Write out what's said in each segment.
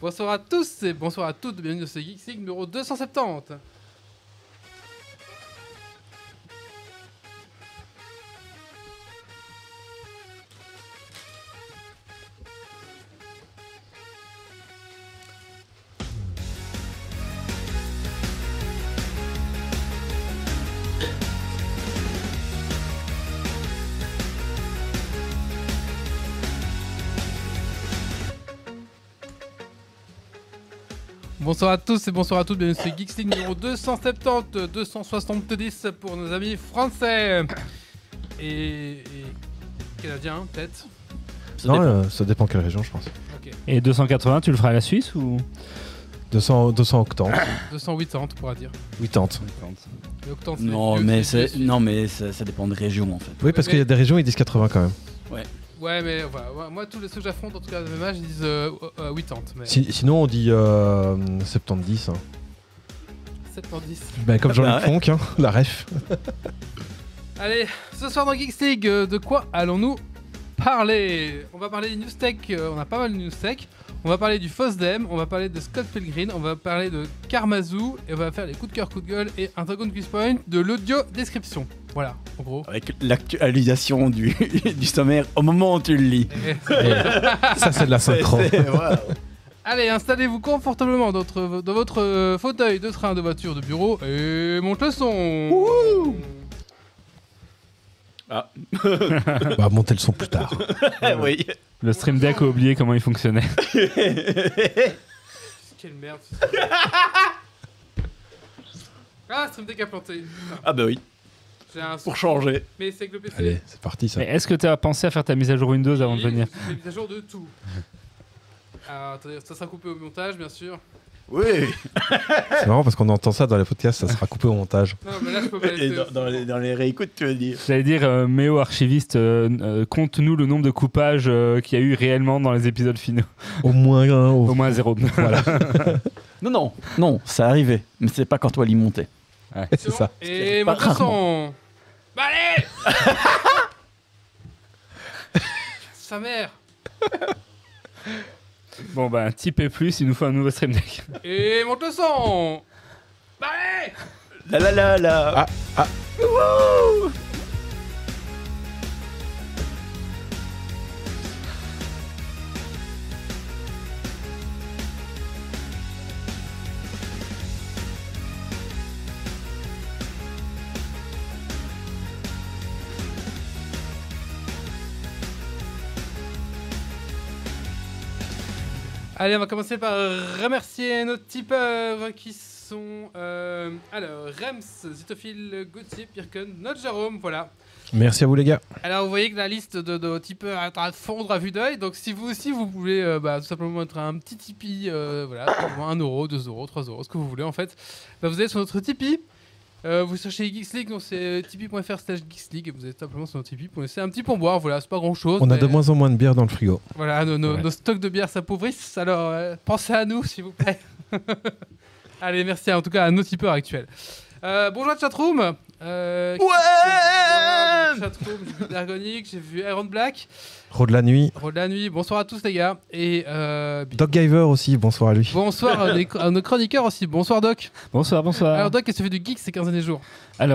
Bonsoir à tous et bonsoir à toutes, bienvenue dans ce Geeks League numéro 270. Bonsoir à tous et bonsoir à toutes, bienvenue sur Geeks League numéro 270, 270 pour nos amis français et, et canadiens hein, peut-être. Ça non, dépend. euh, ça dépend quelle région, je pense. Ok, Et 280, tu le feras à la Suisse ou 200, 200 octants, 280 on pourra dire. 80. Mais octante, c'est Non, mieux, mais mieux, c'est mieux. non mais ça, ça dépend de région en fait. Oui, parce mais- qu'il y a des régions, ils disent 80 quand même. Ouais mais voilà, ouais, moi tous les ceux que j'affronte en tout cas de même âge ils disent euh, euh, 80 mais Si- sinon, on dit euh, 70. hein. 710. Bah, comme Jean-Luc Bah, Fonck, hein, la ref. Allez, ce soir dans Geeks League, euh, de quoi allons-nous parler On va parler des news tech, euh, on a pas mal de news tech. On va parler du Fosdem, on va parler de Scott Pilgrim, on va parler de Karmazou, et on va faire les coups de cœur, coups de gueule et un dragon quiz point de l'audio description. Voilà, en gros. Avec l'actualisation du, du sommaire au moment où tu le lis. Et- ça, c'est de la synchro. Allez, installez-vous confortablement dans votre, dans votre, euh, fauteuil de train, de voiture, de bureau et monte le son. On va monter Bah, le son plus tard. Ah oui. Le Stream Deck a oublié comment il fonctionnait. Quelle merde. ah, Stream Deck a planté. Putain, Ah bah oui, J'ai un son. pour changer. Mais c'est que le PC. Allez, c'est parti, ça. Mais est-ce que tu as pensé à faire ta mise à jour Windows avant de venir J'ai mis à jour de tout. Alors, attendez, ça sera coupé au montage, bien sûr. Oui. C'est marrant parce qu'on entend ça dans les podcasts, ça sera coupé au montage. Non, mais là, je peux pas Et laisser. dans, dans les, dans les réécoutes tu veux dire. J'allais dire, euh, Méo archiviste, euh, euh, compte-nous le nombre de coupages euh, qu'il y a eu réellement dans les épisodes finaux. Au moins, hein, au- Au moins zéro. voilà. Non non non, ça arrivait, mais c'est pas quand toi l'y montais. c'est ça. Et Pas monte le son. Bah, allez Sa mère bon, bah, type et plus, il nous faut un nouveau Stream Deck. Et monte le son Bah, allez La la la la. Ah, ah. Wouhou Allez, on va commencer par remercier nos tipeurs qui sont. euh, alors, Rems, Zitophile, Gauthier, Pirken, notre Jérôme, voilà. Merci à vous, les gars. Alors vous voyez que la liste de, de tipeurs est en train de fondre à vue d'œil, donc si vous aussi vous voulez euh, bah, tout simplement mettre un petit Tipeee, euh, voilà, 1 euro, 2 euros, 3 euros, ce que vous voulez en fait, bah, vous allez sur notre Tipeee, euh, vous cherchez Geeks League, donc c'est euh, tipeee.fr slash Geeks League, et vous allez tout simplement sur notre Tipeee pour laisser un petit pourboire, voilà, c'est pas grand chose. On a de moins en moins de bière dans le frigo. Voilà, nos, nos- Ouais. nos stocks de bière s'appauvrissent, alors euh, pensez à nous s'il vous plaît. Allez, merci en tout cas à nos tipeurs actuels. Euh, bonjour à la chatroom euh, Ouais Chatroom, j'ai vu Dargonic, j'ai vu Iron Black, Rod de la nuit. Rôle de la nuit, bonsoir à tous les gars. Et euh, bi- Doc Giver aussi, bonsoir à lui. bonsoir euh, à, des- à nos chroniqueurs aussi, bonsoir Doc. Bonsoir, Ah. bonsoir. Alors Alors, Doc, qu'est-ce que tu fais du geek ces 15 derniers jours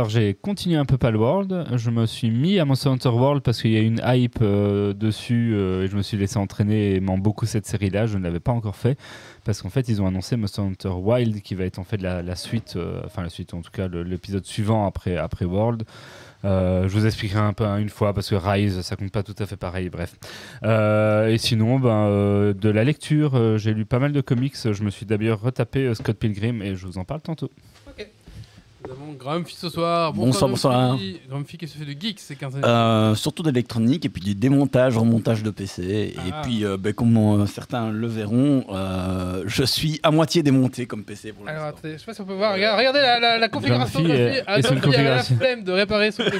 j'ai continué un peu Palworld. Je me suis mis à Monster Hunter World parce qu'il y a une hype euh, dessus euh, et je me suis laissé entraîner aimant beaucoup cette série-là. Je ne l'avais pas encore fait parce qu'en fait, ils ont annoncé Monster Hunter Wild qui va être en fait la, la suite, euh, enfin la suite en tout cas, le- l'épisode suivant après, après World. Euh, je vous expliquerai un peu hein, une fois parce que Rise ça compte pas tout à fait pareil, bref. Euh, et sinon, ben, euh, de la lecture, euh, j'ai lu pas mal de comics. Je me suis d'ailleurs retapé euh, Scott Pilgrim et je vous en parle tantôt. Nous avons Grumpy ce soir. Bonsoir, bonsoir. Grumpy, Grumpy, qu'est-ce que tu fais du geek ces 15 derniers Euh, surtout d'électronique et puis du démontage, remontage de PC. Et Ah. puis, euh, ben, comme euh, certains le verront, euh, je suis à moitié démonté comme PC pour jours Alors l'instant. attendez, je sais pas si on peut voir, regarde- regardez la, la- la configuration de Grumpy, Grumpy. euh, Ah, et Grumpy son avait la configuration. flemme de réparer son PC, du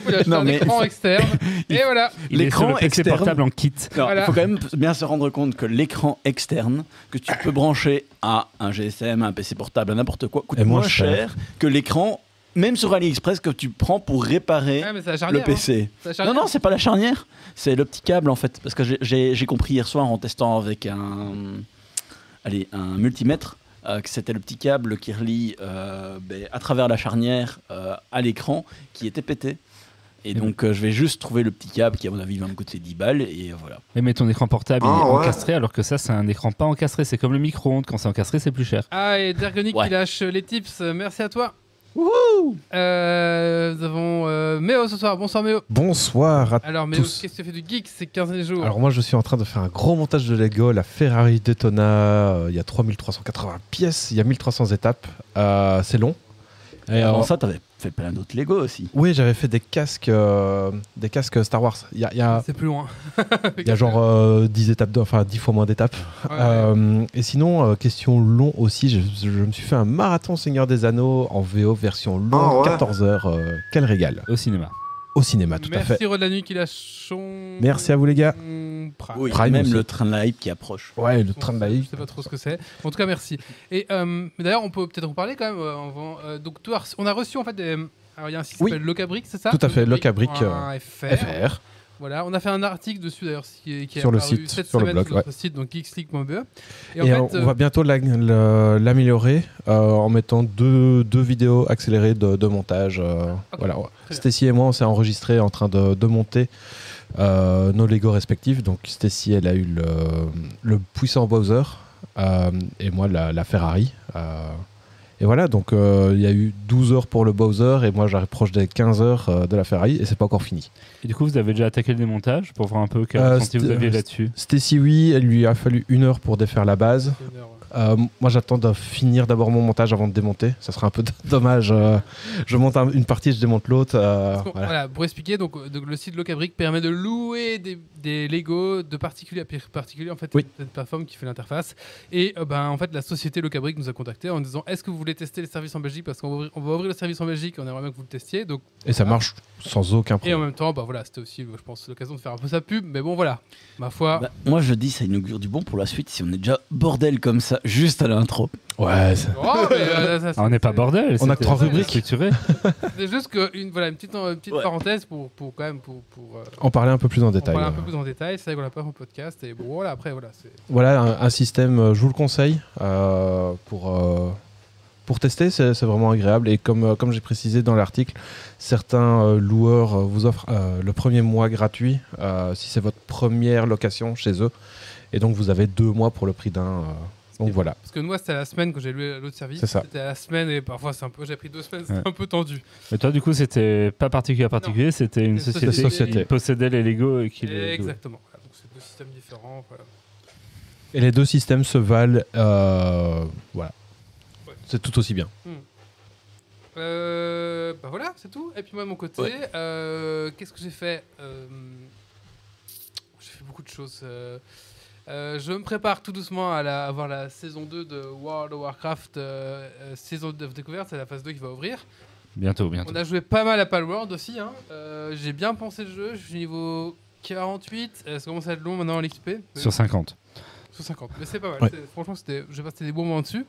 coup il a acheté Non, un mais- écran externe. Et voilà, Il est sur L'écran le PC externe. portable en kit. Non, Voilà. Il faut quand même bien se rendre compte que l'écran externe que tu peux brancher à un GSM, un PC portable, à n'importe quoi, coûte Et moins moins cher que l'écran, même sur AliExpress, que tu prends pour réparer Ouais, Ah, mais c'est la charnière. le PC. hein. C'est la Non, charnière. non, c'est pas la charnière, c'est le petit câble en fait. Parce que j'ai- j'ai j'ai compris hier soir en testant avec un, allez, un multimètre, euh, que c'était le petit câble qui relie euh, ben, à travers la charnière euh, à l'écran qui était pété. Et donc euh, je vais juste trouver le petit câble qui à mon avis va me coûter 10 balles et euh, voilà. Et mais ton écran portable il Ah, est ouais. encastré alors que ça c'est un écran pas encastré. C'est comme le micro-ondes, quand c'est encastré c'est plus cher. Ah, et Dergonic Ouais. qui lâche les tips, merci à toi. Euh, nous avons euh, Méo ce soir, bonsoir Méo. Bonsoir à Alors Méo, tous. qu'est-ce que tu fais du geek ces 15 jours Alors moi je suis en train de faire un gros montage de Lego, la Ferrari Daytona, euh, il y a 3380 pièces, il y a 1300 étapes, Euh, c'est long. Et, Avant euh, ça, t'avais fait plein d'autres Lego aussi. oui j'avais fait des casques, euh, des casques Star Wars, il y a, il y a- C'est plus loin. il y a genre euh, 10 étapes, de- enfin 10 fois moins d'étapes. Ouais, ouais. Euh, et sinon, euh, question long aussi, je, je me suis fait un marathon Seigneur des Anneaux en VO version longue, Ah ouais. 14 heures, euh, quel régal. Au cinéma. Au cinéma, bah, tout à Merci fait. Rod de la nuit qui lâche son. Merci à vous les gars. Son Prime. Oui, Prime même aussi. le train de la hype qui approche. Ouais, le Son- train de la Je vie. sais pas trop ce que c'est. En tout cas, merci. Et euh, mais d'ailleurs, on peut peut-être en parler quand même. euh, avant. Euh, donc, toi, on a reçu en fait des. euh, Alors, il y a un site qui Oui. s'appelle Locabric, c'est ça Tout à fait, euh, FR. FR. Voilà, on a fait un article dessus d'ailleurs qui est, qui est Sur le apparu site, cette sur le semaine blog, sur notre site, donc geeksleague.be. E. Et, Et, en fait, on- on euh, va bientôt la- le- l'améliorer euh, en mettant deux, deux vidéos accélérées de, de montage. euh, Voilà. bien. Stacy et moi, on s'est enregistrés en train de, de monter euh, nos Lego respectifs. Donc Stacy, elle a eu le, le puissant Bowser euh, et moi la, la Ferrari. euh. et voilà, donc euh, il y a eu 12 heures pour le Bowser et moi j'arrive proche des 15 heures euh, de la Ferrari et c'est pas encore fini. Et du coup vous avez déjà attaqué le démontage pour voir un peu quel Euh, ressenti vous c'était- aviez euh, là-dessus. Stacy, oui, elle lui a fallu une heure pour défaire la base. c'est une heure, ouais. Euh, moi, j'attends de finir d'abord mon montage avant de démonter. Ça serait un peu dommage. euh, je monte un- une partie, je démonte l'autre. euh, Ah, Parce qu'on- voilà. voilà, pour expliquer, donc, euh, donc le site Locabric permet de louer des, des Lego de particulier à pir- particulier. En fait, Oui. c'est cette plateforme qui fait l'interface. Et euh, ben, en fait, la société Locabric nous a contacté en disant Est-ce que vous voulez tester les services en Belgique Parce qu'on va, ouvrir- on va ouvrir le service en Belgique et on aimerait bien que vous le testiez. Donc, Et ça marche sans et aucun en problème. même temps, bah, voilà, c'était aussi, je pense, l'occasion de faire un peu sa pub. Mais bon, voilà, ma foi. Bah, moi je dis ça inaugure du bon pour la suite si on est déjà bordel comme ça juste à l'intro. Ouais, c'est- Oh, mais, euh, ça, Ah, on n'est pas c'est- bordel. On a c'était- que trois c'était rubriques. structuré. C'est juste que une, voilà, une petite, euh, petite Ouais. parenthèse pour, pour quand même pour, pour euh, en parler un peu plus en en détail. parler un peu euh. plus en détail. C'est vrai qu'on l'a pas fait en podcast. Et bon, voilà, après, voilà. c'est- Voilà un, un système, euh, je vous le conseille euh, pour, euh, pour tester. C'est c'est vraiment agréable. Et comme, euh, comme j'ai précisé dans l'article, certains euh, loueurs euh, vous offrent euh, le premier mois gratuit euh, si c'est votre première location chez eux. Et donc, vous avez deux mois pour le prix d'un. euh, donc voilà. Parce que moi, c'était à la semaine que j'ai lu l'autre service. C'est ça. C'était à la semaine et parfois, c'est un peu. J'ai pris deux semaines, c'était Ouais. un peu tendu. Mais toi du coup c'était pas particulier à particulier, c'était une C'était société, société. qui possédait les Lego et qui les. Exactement. Voilà, donc, c'est deux systèmes différents. Voilà. Et les deux systèmes se valent. euh, voilà. Ouais. C'est tout aussi bien. Euh, bah voilà, c'est tout. Et puis moi de mon côté, Ouais. euh, qu'est-ce que j'ai fait Euh, J'ai fait beaucoup de choses. euh. Euh, je me prépare tout doucement à, la, à voir la saison 2 de World of Warcraft, euh, euh, saison de découverte, c'est la phase 2 qui va ouvrir. Bientôt, bientôt. On a joué pas mal à Palworld aussi. hein. Euh, j'ai bien pensé le jeu, je suis niveau 48, euh, ça commence à être long maintenant à l'XP. Sur 50. Sur 50. Mais c'est pas mal. Ouais. c'est- Franchement, c'était, j'ai passé des bons moments dessus.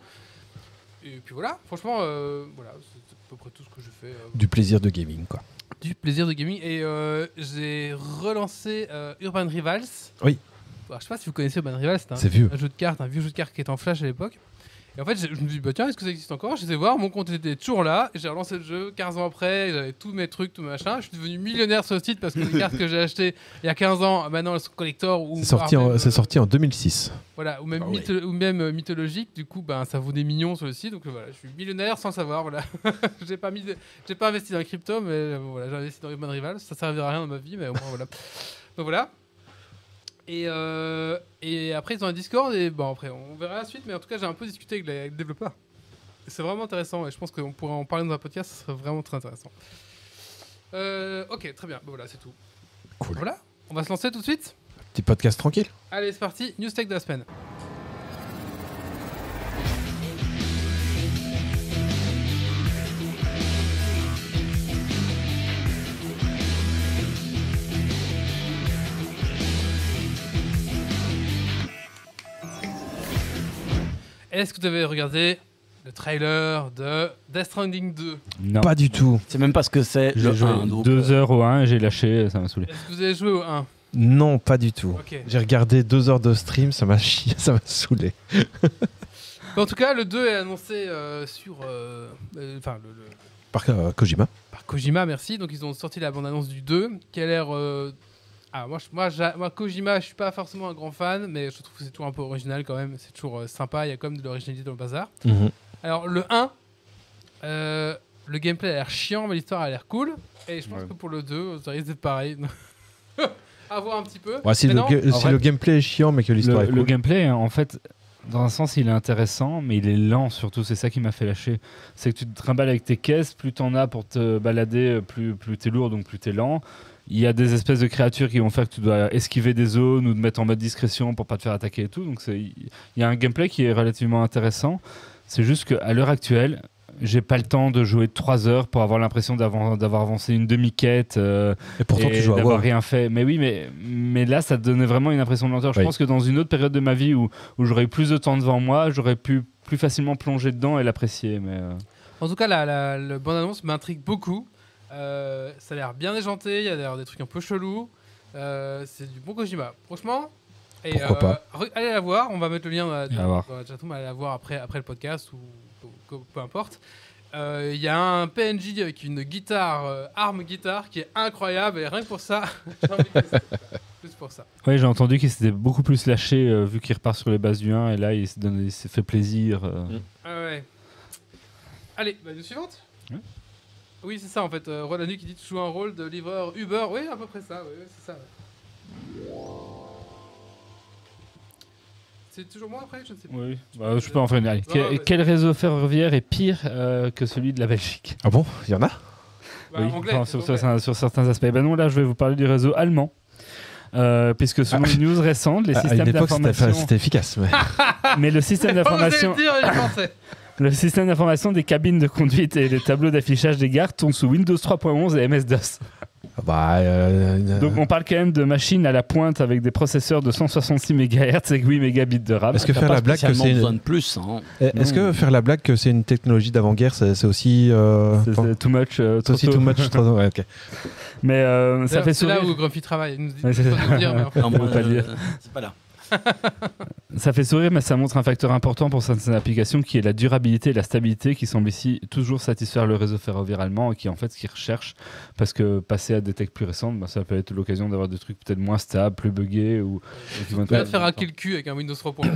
Et puis voilà, franchement, euh, voilà, c'est à peu près tout ce que je fais. euh, Du plaisir de gaming, quoi. du plaisir de gaming. Et euh, j'ai relancé euh, Urban Rivals. Oui. Alors, je sais pas si vous connaissez Urban Rivals, Hein hein. c'est un, C'est vieux. un jeu de cartes, un vieux jeu de cartes qui était en flash à l'époque. Et en fait, j'ai- je me suis dit, bah tiens, est-ce que ça existe encore Je sais voir, mon compte était toujours là. et J'ai relancé le jeu 15 ans après, j'avais tous mes trucs, tout mes machins. Je suis devenu millionnaire sur le site parce que les cartes que j'ai achetées il y a 15 ans, maintenant elles sont collector ou. C'est sorti, voire en- même, c'est euh, sorti en 2006. Voilà, ou même, Ah ouais. mytho- ou même euh, mythologique, du coup, ben, ça vaut des millions sur le site. Donc euh, voilà, je suis millionnaire sans le savoir. Voilà. j'ai pas, mis de- j'ai pas investi dans les crypto, mais euh, voilà, j'ai investi dans Urban Rival. Ça servira à rien dans ma vie, mais au moins voilà. Donc voilà. Et, euh, et après, ils ont un Discord, et bon, après, on verra la suite, mais en tout cas, j'ai un peu discuté avec, les- avec le développeur. Et C'est vraiment intéressant, et je pense qu'on pourrait en parler dans un podcast, ce serait vraiment très intéressant. Euh, ok, très bien, Bon, voilà, c'est tout. Cool. Voilà, on va se lancer tout de suite. Petit podcast tranquille. Allez, c'est parti, News Tech de la semaine. Est-ce que vous avez regardé le trailer de Death Stranding 2 Non. Pas du tout. C'est même pas ce que c'est. J'ai le joué un, donc, deux euh, heures au 1 et j'ai lâché, ça m'a saoulé. Est-ce que vous avez joué au 1 Non, pas du tout. Ok. J'ai regardé deux heures de stream, ça m'a chié, ça m'a saoulé. Mais en tout cas, le 2 est annoncé euh, sur. euh, euh, Enfin, le- le, Par euh, Kojima. par Kojima, merci. Donc ils ont sorti la bande-annonce du 2, qui a l'air... euh, Ah, moi, je- moi, j'a- moi, Kojima, je suis pas forcément un grand fan, mais je trouve que c'est toujours un peu original quand même. C'est toujours euh, sympa, il y a quand même de l'originalité dans le bazar. Mhm. Alors le 1, euh, le gameplay a l'air chiant, mais l'histoire a l'air cool. Et je pense Ouais. que pour le 2, ça risque d'être pareil. à voir un petit peu. Ouais, si Mais le, non, ga- en si vrai- le gameplay est chiant, mais que l'histoire Le, est le cool. gameplay, hein, en fait, dans un sens, il est intéressant, mais il est lent surtout. C'est ça qui m'a fait lâcher. C'est que tu te trimbales avec tes caisses, plus t'en as pour te balader, euh, plus, plus t'es lourd, donc plus t'es lent. Il y a des espèces de créatures qui vont faire que tu dois esquiver des zones ou te mettre en mode discrétion pour pas te faire attaquer et tout. Donc c'est- il y a un gameplay qui est relativement intéressant. C'est juste qu'à l'heure actuelle, j'ai pas le temps de jouer 3 heures pour avoir l'impression d'avoir d'avoir avancé une demi-quête. euh, Et pourtant, et tu joues à d'avoir WoW. rien fait. Mais oui, mais, mais là, ça donnait vraiment une impression de lenteur. Je Oui. pense que dans une autre période de ma vie où, où j'aurais eu plus de temps devant moi, j'aurais pu plus facilement plonger dedans et l'apprécier. Mais euh, En tout cas, la, la, la bande-annonce m'intrigue beaucoup. Euh, ça a l'air bien déjanté, il y a d'ailleurs des trucs un peu chelous. Euh, c'est du bon Kojima, franchement. Et, euh, Pourquoi pas. re- Allez la voir, on va mettre le lien dans la, À voir. dans la chatroom, allez la voir après, après le podcast ou, ou- ou- peu importe. Euh, Il y a un PNJ avec une guitare, euh, arme guitare, qui est incroyable et rien que pour ça, j'ai envie de le- plus pour ça. ouais, j'ai entendu qu'il s'était beaucoup plus lâché euh, vu qu'il repart sur les bases du 1 et là, il s'est donné- il s'est fait plaisir. euh. Mm. Ah ouais. Allez, bah, news suivante. Ouais. Oui, c'est ça en fait. Euh, Rolanu qui dit tu joues un rôle de livreur Uber. Oui, à peu près ça. Oui, oui, c'est ça. ouais. C'est toujours moi après Je ne sais pas. Oui, bah, je peux en faire une. Allez. Ouais, Quel, ouais, vas-y. quel réseau ferroviaire est pire euh, que celui de la Belgique Ah bon Il y en a Bah, Oui, anglais, enfin, c'est sur, anglais. sur- sur certains aspects. Ben non, là, je vais vous parler du réseau allemand. Euh, puisque selon Ah. une news récente, les À- À systèmes une époque, c'était d'information. c'était efficace. mais- Mais le système Oh, vous allez d'information. le dire, je pensais. Le système d'information des cabines de conduite et les tableaux d'affichage des gares tournent sous Windows 3.11 et MS-DOS. Ah bah, euh, Donc on parle quand même de machines à la pointe avec des processeurs de 166 MHz et 8 mégabits de RAM. Est-ce que T'as faire pas la blague que spécialement c'est une- besoin de plus. hein. euh, est-ce que faire la blague que c'est une technologie d'avant-guerre, c'est c'est aussi. euh, C'est- enfin, C'est too much, euh, c'est trop aussi tôt. too much trop- ouais, ok. Mais euh, ça D'ailleurs, fait C'est là sourire. où Grumpy travaille. Il nous dit Ouais, c'est pas de ça. le dire, mais en fait, Non, moi, peut pas euh, dire. C'est pas là. Ça fait sourire, mais ça montre un facteur important pour certaines applications qui est la durabilité et la stabilité qui semble ici toujours satisfaire le réseau ferroviaire allemand et qui est en fait ce qu'ils recherchent. Parce que passer à des techs plus récentes, bah, ça peut être l'occasion d'avoir des trucs peut-être moins stables, plus buggés ou, ou qui vont tu vas te faire hacker le cul avec un Windows 3.11.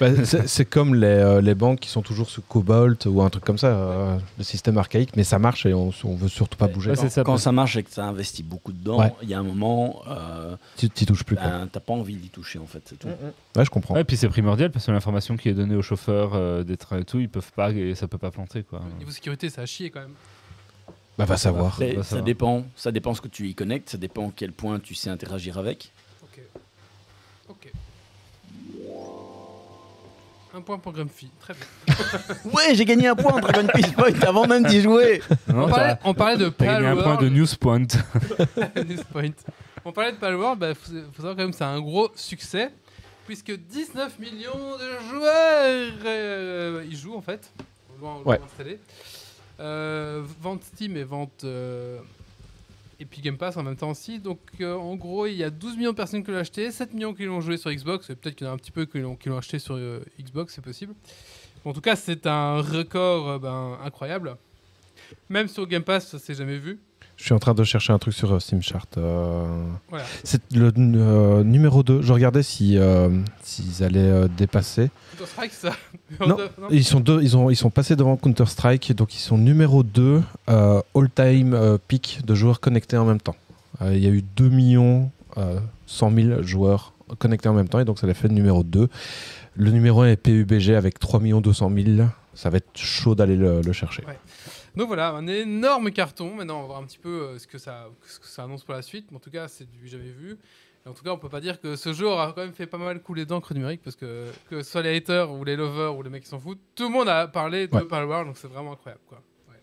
Bah, c'est- c'est comme les, euh, les banques qui sont toujours sous Cobalt ou un truc comme ça, euh, le système archaïque, mais ça marche et on, on veut surtout pas bouger. Ouais, c'est ça. Quand ça marche et que ça investit beaucoup dedans, Ouais. il y a un moment, euh, Tu t'y touches plus. quoi. ben, t'as pas envie d'y toucher en fait. c'est tout. Ouais, je comprends. Ouais, puis c'est primordial parce que l'information qui est donnée aux chauffeurs euh, des trains et tout, ils peuvent pas et ça peut pas planter quoi. Niveau sécurité, ça a chier quand même. Bah, va savoir. C'est- Bah, ça ça va. dépend. Ça dépend ce que tu y connectes, ça dépend à quel point tu sais interagir avec. Ok. Ok. Un point pour Grumpy. Très bien. Ouais, j'ai gagné un point en Dragon Quest Point avant même d'y jouer. Non, On parlait, t'as- on parlait de t'as gagné un point de Palworld. Newspoint. Newspoint. On parlait de Palworld, bah, faut, faut savoir quand même que c'est un gros succès, puisque 19 millions de joueurs euh, y jouent en fait, loin, loin Ouais. installé. Euh, vente Steam et vente euh, Epic Game Pass en même temps aussi. Donc euh, en gros, il y a 12 millions de personnes qui l'ont acheté, 7 millions qui l'ont joué sur Xbox, et peut-être qu'il y en a un petit peu qui l'ont qui l'ont acheté sur euh, Xbox, c'est possible. En tout cas, c'est un record euh, ben, incroyable. Même sur Game Pass, ça s'est jamais vu. Je suis en train de chercher un truc sur euh, Steam Chart. euh, Voilà. C'est le euh, numéro 2. Je regardais si, euh, s'ils allaient euh, dépasser. Counter Strike, ça Non, Ils sont, deux, ils, ont, ils sont passés devant Counter-Strike, donc ils sont numéro 2 euh, all-time euh, peak de joueurs connectés en même temps. Euh, Il y a eu 2 millions euh, 100 000 joueurs connectés en même temps, et donc ça les fait numéro 2. Le numéro 1 est PUBG avec 3 200 000. Ça va être chaud d'aller le, le chercher. Donc voilà, un énorme carton. Maintenant, on va voir un petit peu euh, ce que ça, ce que ça annonce pour la suite. Mais en tout cas, c'est du jamais vu. Et en tout cas, on peut pas dire que ce jeu aura quand même fait pas mal couler d'encre numérique parce que que ce soit les haters ou les lovers ou les mecs qui s'en foutent, tout le monde a parlé de Ouais. Palworld, donc c'est vraiment incroyable quoi. Ouais.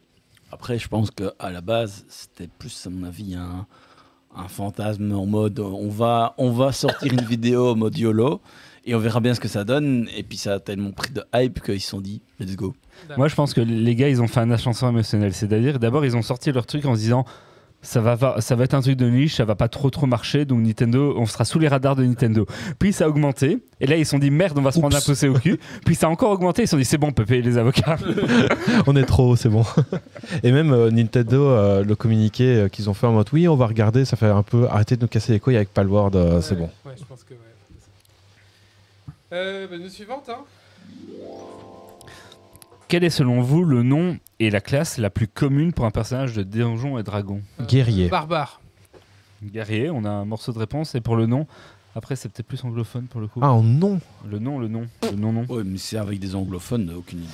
Après, je pense que à la base, c'était plus, à mon avis, un, un fantasme en mode euh, on va, on va sortir une vidéo en mode YOLO et on verra bien ce que ça donne. Et puis ça a tellement pris de hype qu'ils se sont dit let's go. Moi, je pense que les gars, ils ont fait un achanson émotionnel. C'est-à-dire, d'abord, ils ont sorti leur truc en se disant ça va, va- ça va être un truc de niche, ça va pas trop trop marcher, donc Nintendo, on sera sous les radars de Nintendo. Puis ça a augmenté, et là ils se sont dit merde, on va se prendre un Oups. poussé au cul. Puis ça a encore augmenté, ils se sont dit c'est bon, on peut payer les avocats. On est trop haut, c'est bon. Et même euh, Nintendo, euh, le communiqué euh, qu'ils ont fait en mode oui, on va regarder, ça fait un peu arrêtez de nous casser les couilles avec Palward, euh, c'est Ouais, bon. Ouais, je pense que ouais. Euh, bah, nous suivante, hein. Quel est selon vous le nom et la classe la plus commune pour un personnage de Donjons et Dragons Euh, Guerrier. Barbare. Guerrier, on a un morceau de réponse, et pour le nom, après c'est peut-être plus anglophone pour le coup. Ah non Le nom, le nom, le nom, non. Ouais, mais c'est avec des anglophones, aucune idée.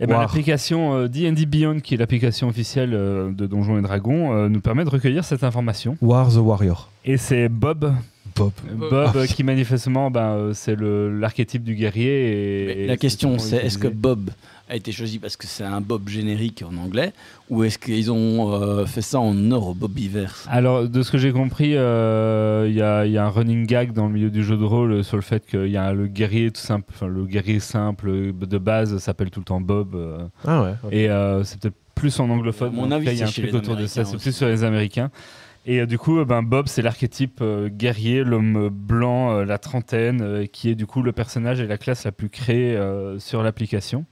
Eh ben, War. l'application euh, D&D Beyond, qui est l'application officielle euh, de Donjons et Dragons, euh, nous permet de recueillir cette information. War the Warrior. Et c'est Bob, Bob. Bob. Bob Ah, euh, qui manifestement, ben, euh, c'est le- l'archétype du guerrier. Mais Et, et la question, souvent c'est est-ce que utilisé. Bob a été choisi parce que c'est un Bob générique en anglais ou est-ce qu'ils ont euh, fait ça en or au Bobiverse Alors, de ce que j'ai compris, euh, il y, a- il y a un running gag dans le milieu du jeu de rôle euh, sur le fait qu'il y a le guerrier tout simple, enfin, le guerrier simple de base s'appelle tout le temps Bob. euh, Ah ouais. ok. Et euh, c'est peut-être plus en anglophone. À mon mais en avis, tout cas, il y a un c'est chez truc les autour de ça. Américains C'est aussi. plus sur les Américains. Et euh, du coup, euh, ben, Bob, c'est l'archétype euh, guerrier, l'homme blanc, euh, la trentaine, euh, qui est du coup le personnage et la classe la plus créée euh, sur l'application.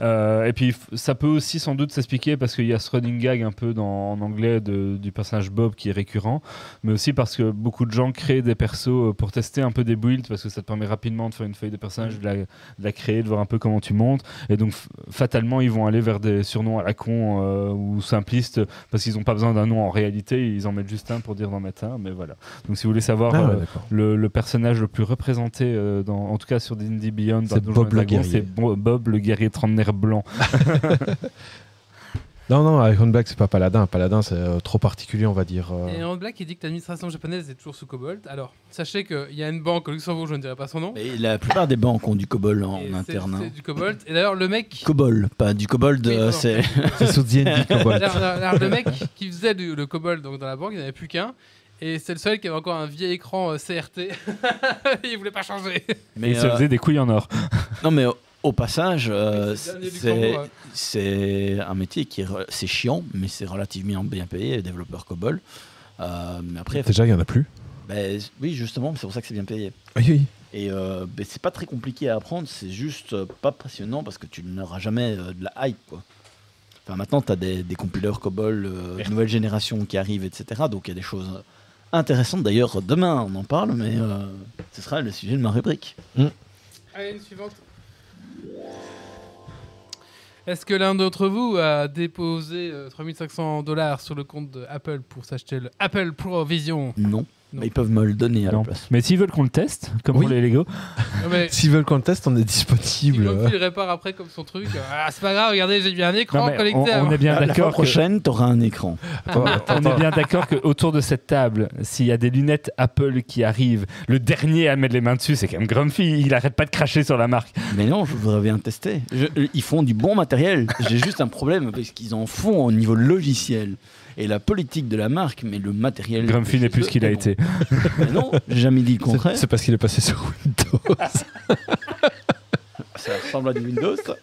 Euh, et puis, f- ça peut aussi sans doute s'expliquer parce qu'il y a ce running gag un peu dans- en anglais de- du personnage Bob qui est récurrent, mais aussi parce que beaucoup de gens créent des persos euh, pour tester un peu des builds parce que ça te permet rapidement de faire une feuille de personnage, de la, de la créer, de voir un peu comment tu montes. Et donc, f- fatalement, ils vont aller vers des surnoms à la con euh, ou simplistes parce qu'ils n'ont pas besoin d'un nom en réalité, ils en mettent juste un pour dire dans matin, mais voilà. Donc, si vous voulez savoir Ah euh, ouais, d'accord. le, le personnage le plus représenté, euh, dans, en tout cas sur D&D Beyond, dans C'est Donjons Bob et le Dragons, guerrier. c'est Bo- Bob le guerrier trentenaire blanc. Non, non, Ironback, c'est pas Paladin. Paladin, c'est euh, trop particulier, on va dire. euh. Et en black, il dit que l'administration japonaise est toujours sous Cobalt. Alors, sachez qu'il y a une banque au Luxembourg, je ne dirai pas son nom. Mais La plupart des banques ont du COBOL en Et c'est- interne. C'est hein. du Cobalt. Et d'ailleurs, le mec. COBOL, pas du COBOL, de- Oui, non. c'est C'est sous D&D Cobalt. Alors, Bah, alors, alors, le mec qui faisait du- le cobalt donc dans la banque, il n'y en avait plus qu'un. Et c'est le seul qui avait encore un vieil écran euh, CRT. il voulait pas changer. Et mais, il se euh, faisait des couilles en or. Non, mais au- au passage, euh, C'est le dernier du c'est Congo, hein. c'est un métier qui est, re- c'est chiant, mais c'est relativement bien payé, développeur COBOL. Euh, mais après, Déjà, il y en a plus. ben, oui, justement, c'est pour ça que c'est bien payé. Oui, oui. Et euh, ben, c'est pas très compliqué à apprendre, c'est juste euh, pas passionnant parce que tu n'auras jamais euh, de la hype. Quoi. Enfin, maintenant, tu as des, des compileurs COBOL, euh, nouvelle génération qui arrive, etc. Donc il y a des choses intéressantes. D'ailleurs, demain, on en parle, mais euh, ce sera le sujet de ma rubrique. Allez, une suivante. Est-ce que l'un d'entre vous a déposé euh, 3500 dollars sur le compte de Apple pour s'acheter le Apple Pro Vision Non, Non. mais ils peuvent me le donner à Non. la place. Mais s'ils veulent qu'on le teste, comme Oui. pour les Lego, Non, mais S'ils veulent qu'on le teste, on est il disponible. faut qu'il répare après comme son truc. Ah, c'est pas grave, regardez, j'ai bien un écran Non, mais on, connecté. à on moi. est bien la fois d'accord que- prochaine, tu auras un écran. Oh, attends, on est bien d'accord que autour de cette table, s'il y a des lunettes Apple qui arrivent, le dernier à mettre les mains dessus, c'est quand même Grumpy. Il arrête pas de cracher sur la marque. Mais non, je voudrais bien tester. Je- ils font du bon matériel. J'ai juste un problème avec ce qu'ils en font au niveau logiciel et la politique de la marque, mais le matériel. Grumpy n'est plus ce qu'il a est bon. été. Mais non, j'ai jamais dit le C'est- contraire. C'est parce qu'il est passé sur Windows. Ça ressemble à du Windows. ça.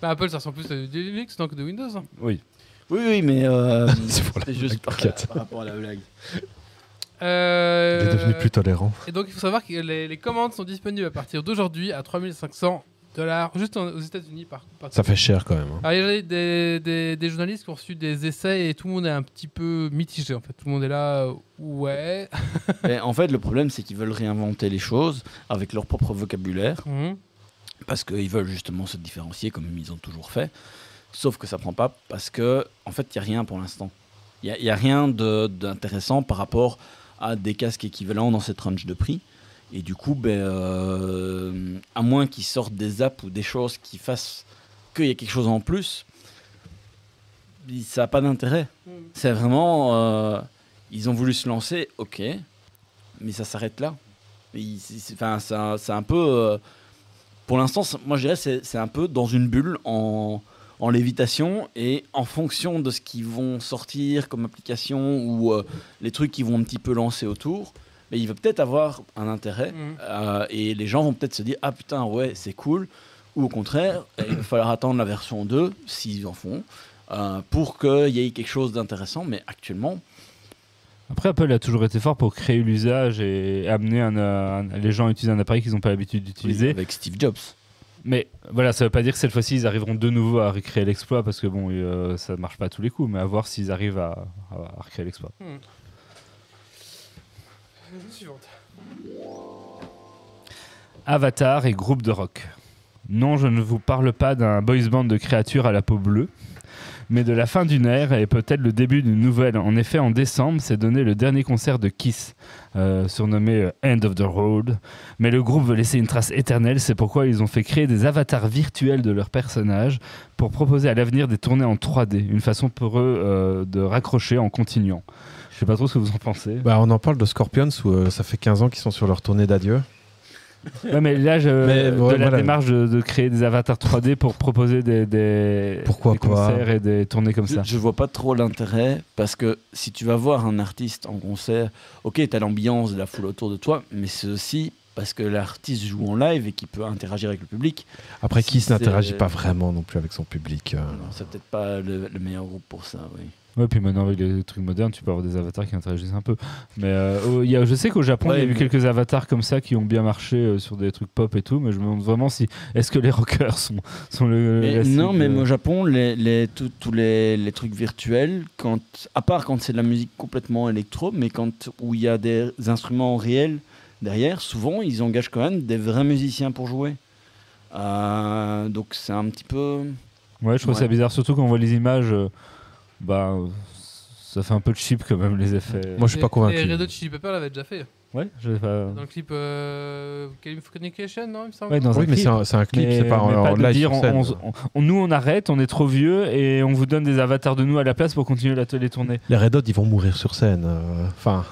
Bah, Apple, ça ressemble plus à du Linux donc que de Windows. hein. Oui. Oui, oui, mais euh, C'est pour la c'est juste par, t'inquiète. par rapport à la blague. Il Euh, est devenu plus tolérant. Et donc, il faut savoir que les, les commandes sont disponibles à partir d'aujourd'hui à 3500 dollars, juste en- aux États-Unis par par- Ça fait cher quand même. hein. Alors, il y a des, des- des journalistes qui ont reçu des essais et tout le monde est un petit peu mitigé en fait. Tout le monde est là, euh, ouais. Mais en fait, le problème, c'est qu'ils veulent réinventer les choses avec leur propre vocabulaire. Hum, Mhm. parce qu'ils veulent justement se différencier comme ils ont toujours fait. Sauf que ça prend pas parce que en fait il y a rien pour l'instant. Il y, a rien de- d'intéressant par rapport à des casques équivalents dans cette range de prix. Et du coup, ben, euh, à moins qu'ils sortent des apps ou des choses qui fassent qu'il y a quelque chose en plus, il- ça n'a pas d'intérêt. C'est vraiment, euh, ils ont voulu se lancer, ok, mais ça s'arrête là. Et ils- c'est- c'est- Enfin, c'est un- c'est un peu. euh, pour l'instant, c'est- moi je dirais c'est c'est un peu dans une bulle en, en lévitation et en fonction de ce qu'ils vont sortir comme application ou euh, les trucs qu'ils vont un petit peu lancer autour, mais il va peut-être avoir un intérêt hum. Mhm. euh, et les gens vont peut-être se dire ah eh, putain ouais c'est cool ou au contraire il va falloir attendre la version 2 s'ils en font. euh, pour qu'il y ait quelque chose d'intéressant. Mais actuellement, Après, Apple a toujours été fort pour créer l'usage et amener un, euh, un- les gens à utiliser un appareil qu'ils n'ont pas l'habitude d'utiliser. avec Steve Jobs. Mais voilà, ça veut pas dire que cette fois-ci, ils arriveront de nouveau à recréer l'exploit parce que bon, euh, ça marche pas à tous les coups, mais à voir s'ils arrivent à, à- à recréer l'exploit. Suivante. Avatar et groupe de rock. Non, je ne vous parle pas d'un boys band de créatures à la peau bleue, mais de la fin d'une ère et peut-être le début d'une nouvelle. En effet, en décembre, s'est donné le dernier concert de Kiss, euh, surnommé euh, End of the Road. Mais le groupe veut laisser une trace éternelle, c'est pourquoi ils ont fait créer des avatars virtuels de leurs personnages pour proposer à l'avenir des tournées en 3D, une façon pour eux euh, de raccrocher en continuant. Je sais pas trop ce que vous en pensez. Bah, on en parle de Scorpions où euh, ça fait 15 ans qu'ils sont sur leur tournée d'adieu. Ouais, mais là, je, euh, Mais, de ouais, la voilà. démarche de, de créer des avatars 3D pour proposer des, des, Pourquoi des pas concerts et des tournées comme Je- ça. Je vois pas trop l'intérêt parce que si tu vas voir un artiste en concert, ok, tu as l'ambiance de la foule autour de toi, mais c'est aussi parce que l'artiste joue en live et qu'il peut interagir avec le public. Après, Si Kiss c'est- n'interagit pas vraiment non plus avec son public. euh. Alors, C'est peut-être pas le, le meilleur groupe pour ça, oui. Ouais, puis maintenant, avec les trucs modernes, tu peux avoir des avatars qui interagissent un peu. Mais euh, au- il y a, je sais qu'au Japon, il y a Ouais, eu mais- quelques avatars comme ça qui ont bien marché euh, sur des trucs pop et tout, mais je me demande vraiment si. Est-ce que les rockers sont, sont le. Mais la cible, non, mais euh, au Japon, les, les- tous tous les, les trucs virtuels, quand, à part quand c'est de la musique complètement électro, mais quand où il y a des instruments réels derrière, souvent ils engagent quand même des vrais musiciens pour jouer. Euh, donc c'est un petit peu. euh, Ouais, je trouve ça Ouais. bizarre, surtout quand on voit les images. euh, bah. euh, Ça fait un peu cheap quand même les effets. Moi, je suis pas convaincu. Et Red Hot Chili Pepper l'avait déjà fait. ouais, je sais pas. Dans le clip euh, Californication, non, il me semble Ouais, dans un Oui, mais clip. c'est un, c'est un clip, Mais- c'est pas en, mais en de live. dire, sur on- scène. on- on- nous on arrête, on est trop vieux et on vous donne des avatars de nous à la place pour continuer la les tournées. Les Red Hot, ils vont mourir sur scène. euh, Enfin,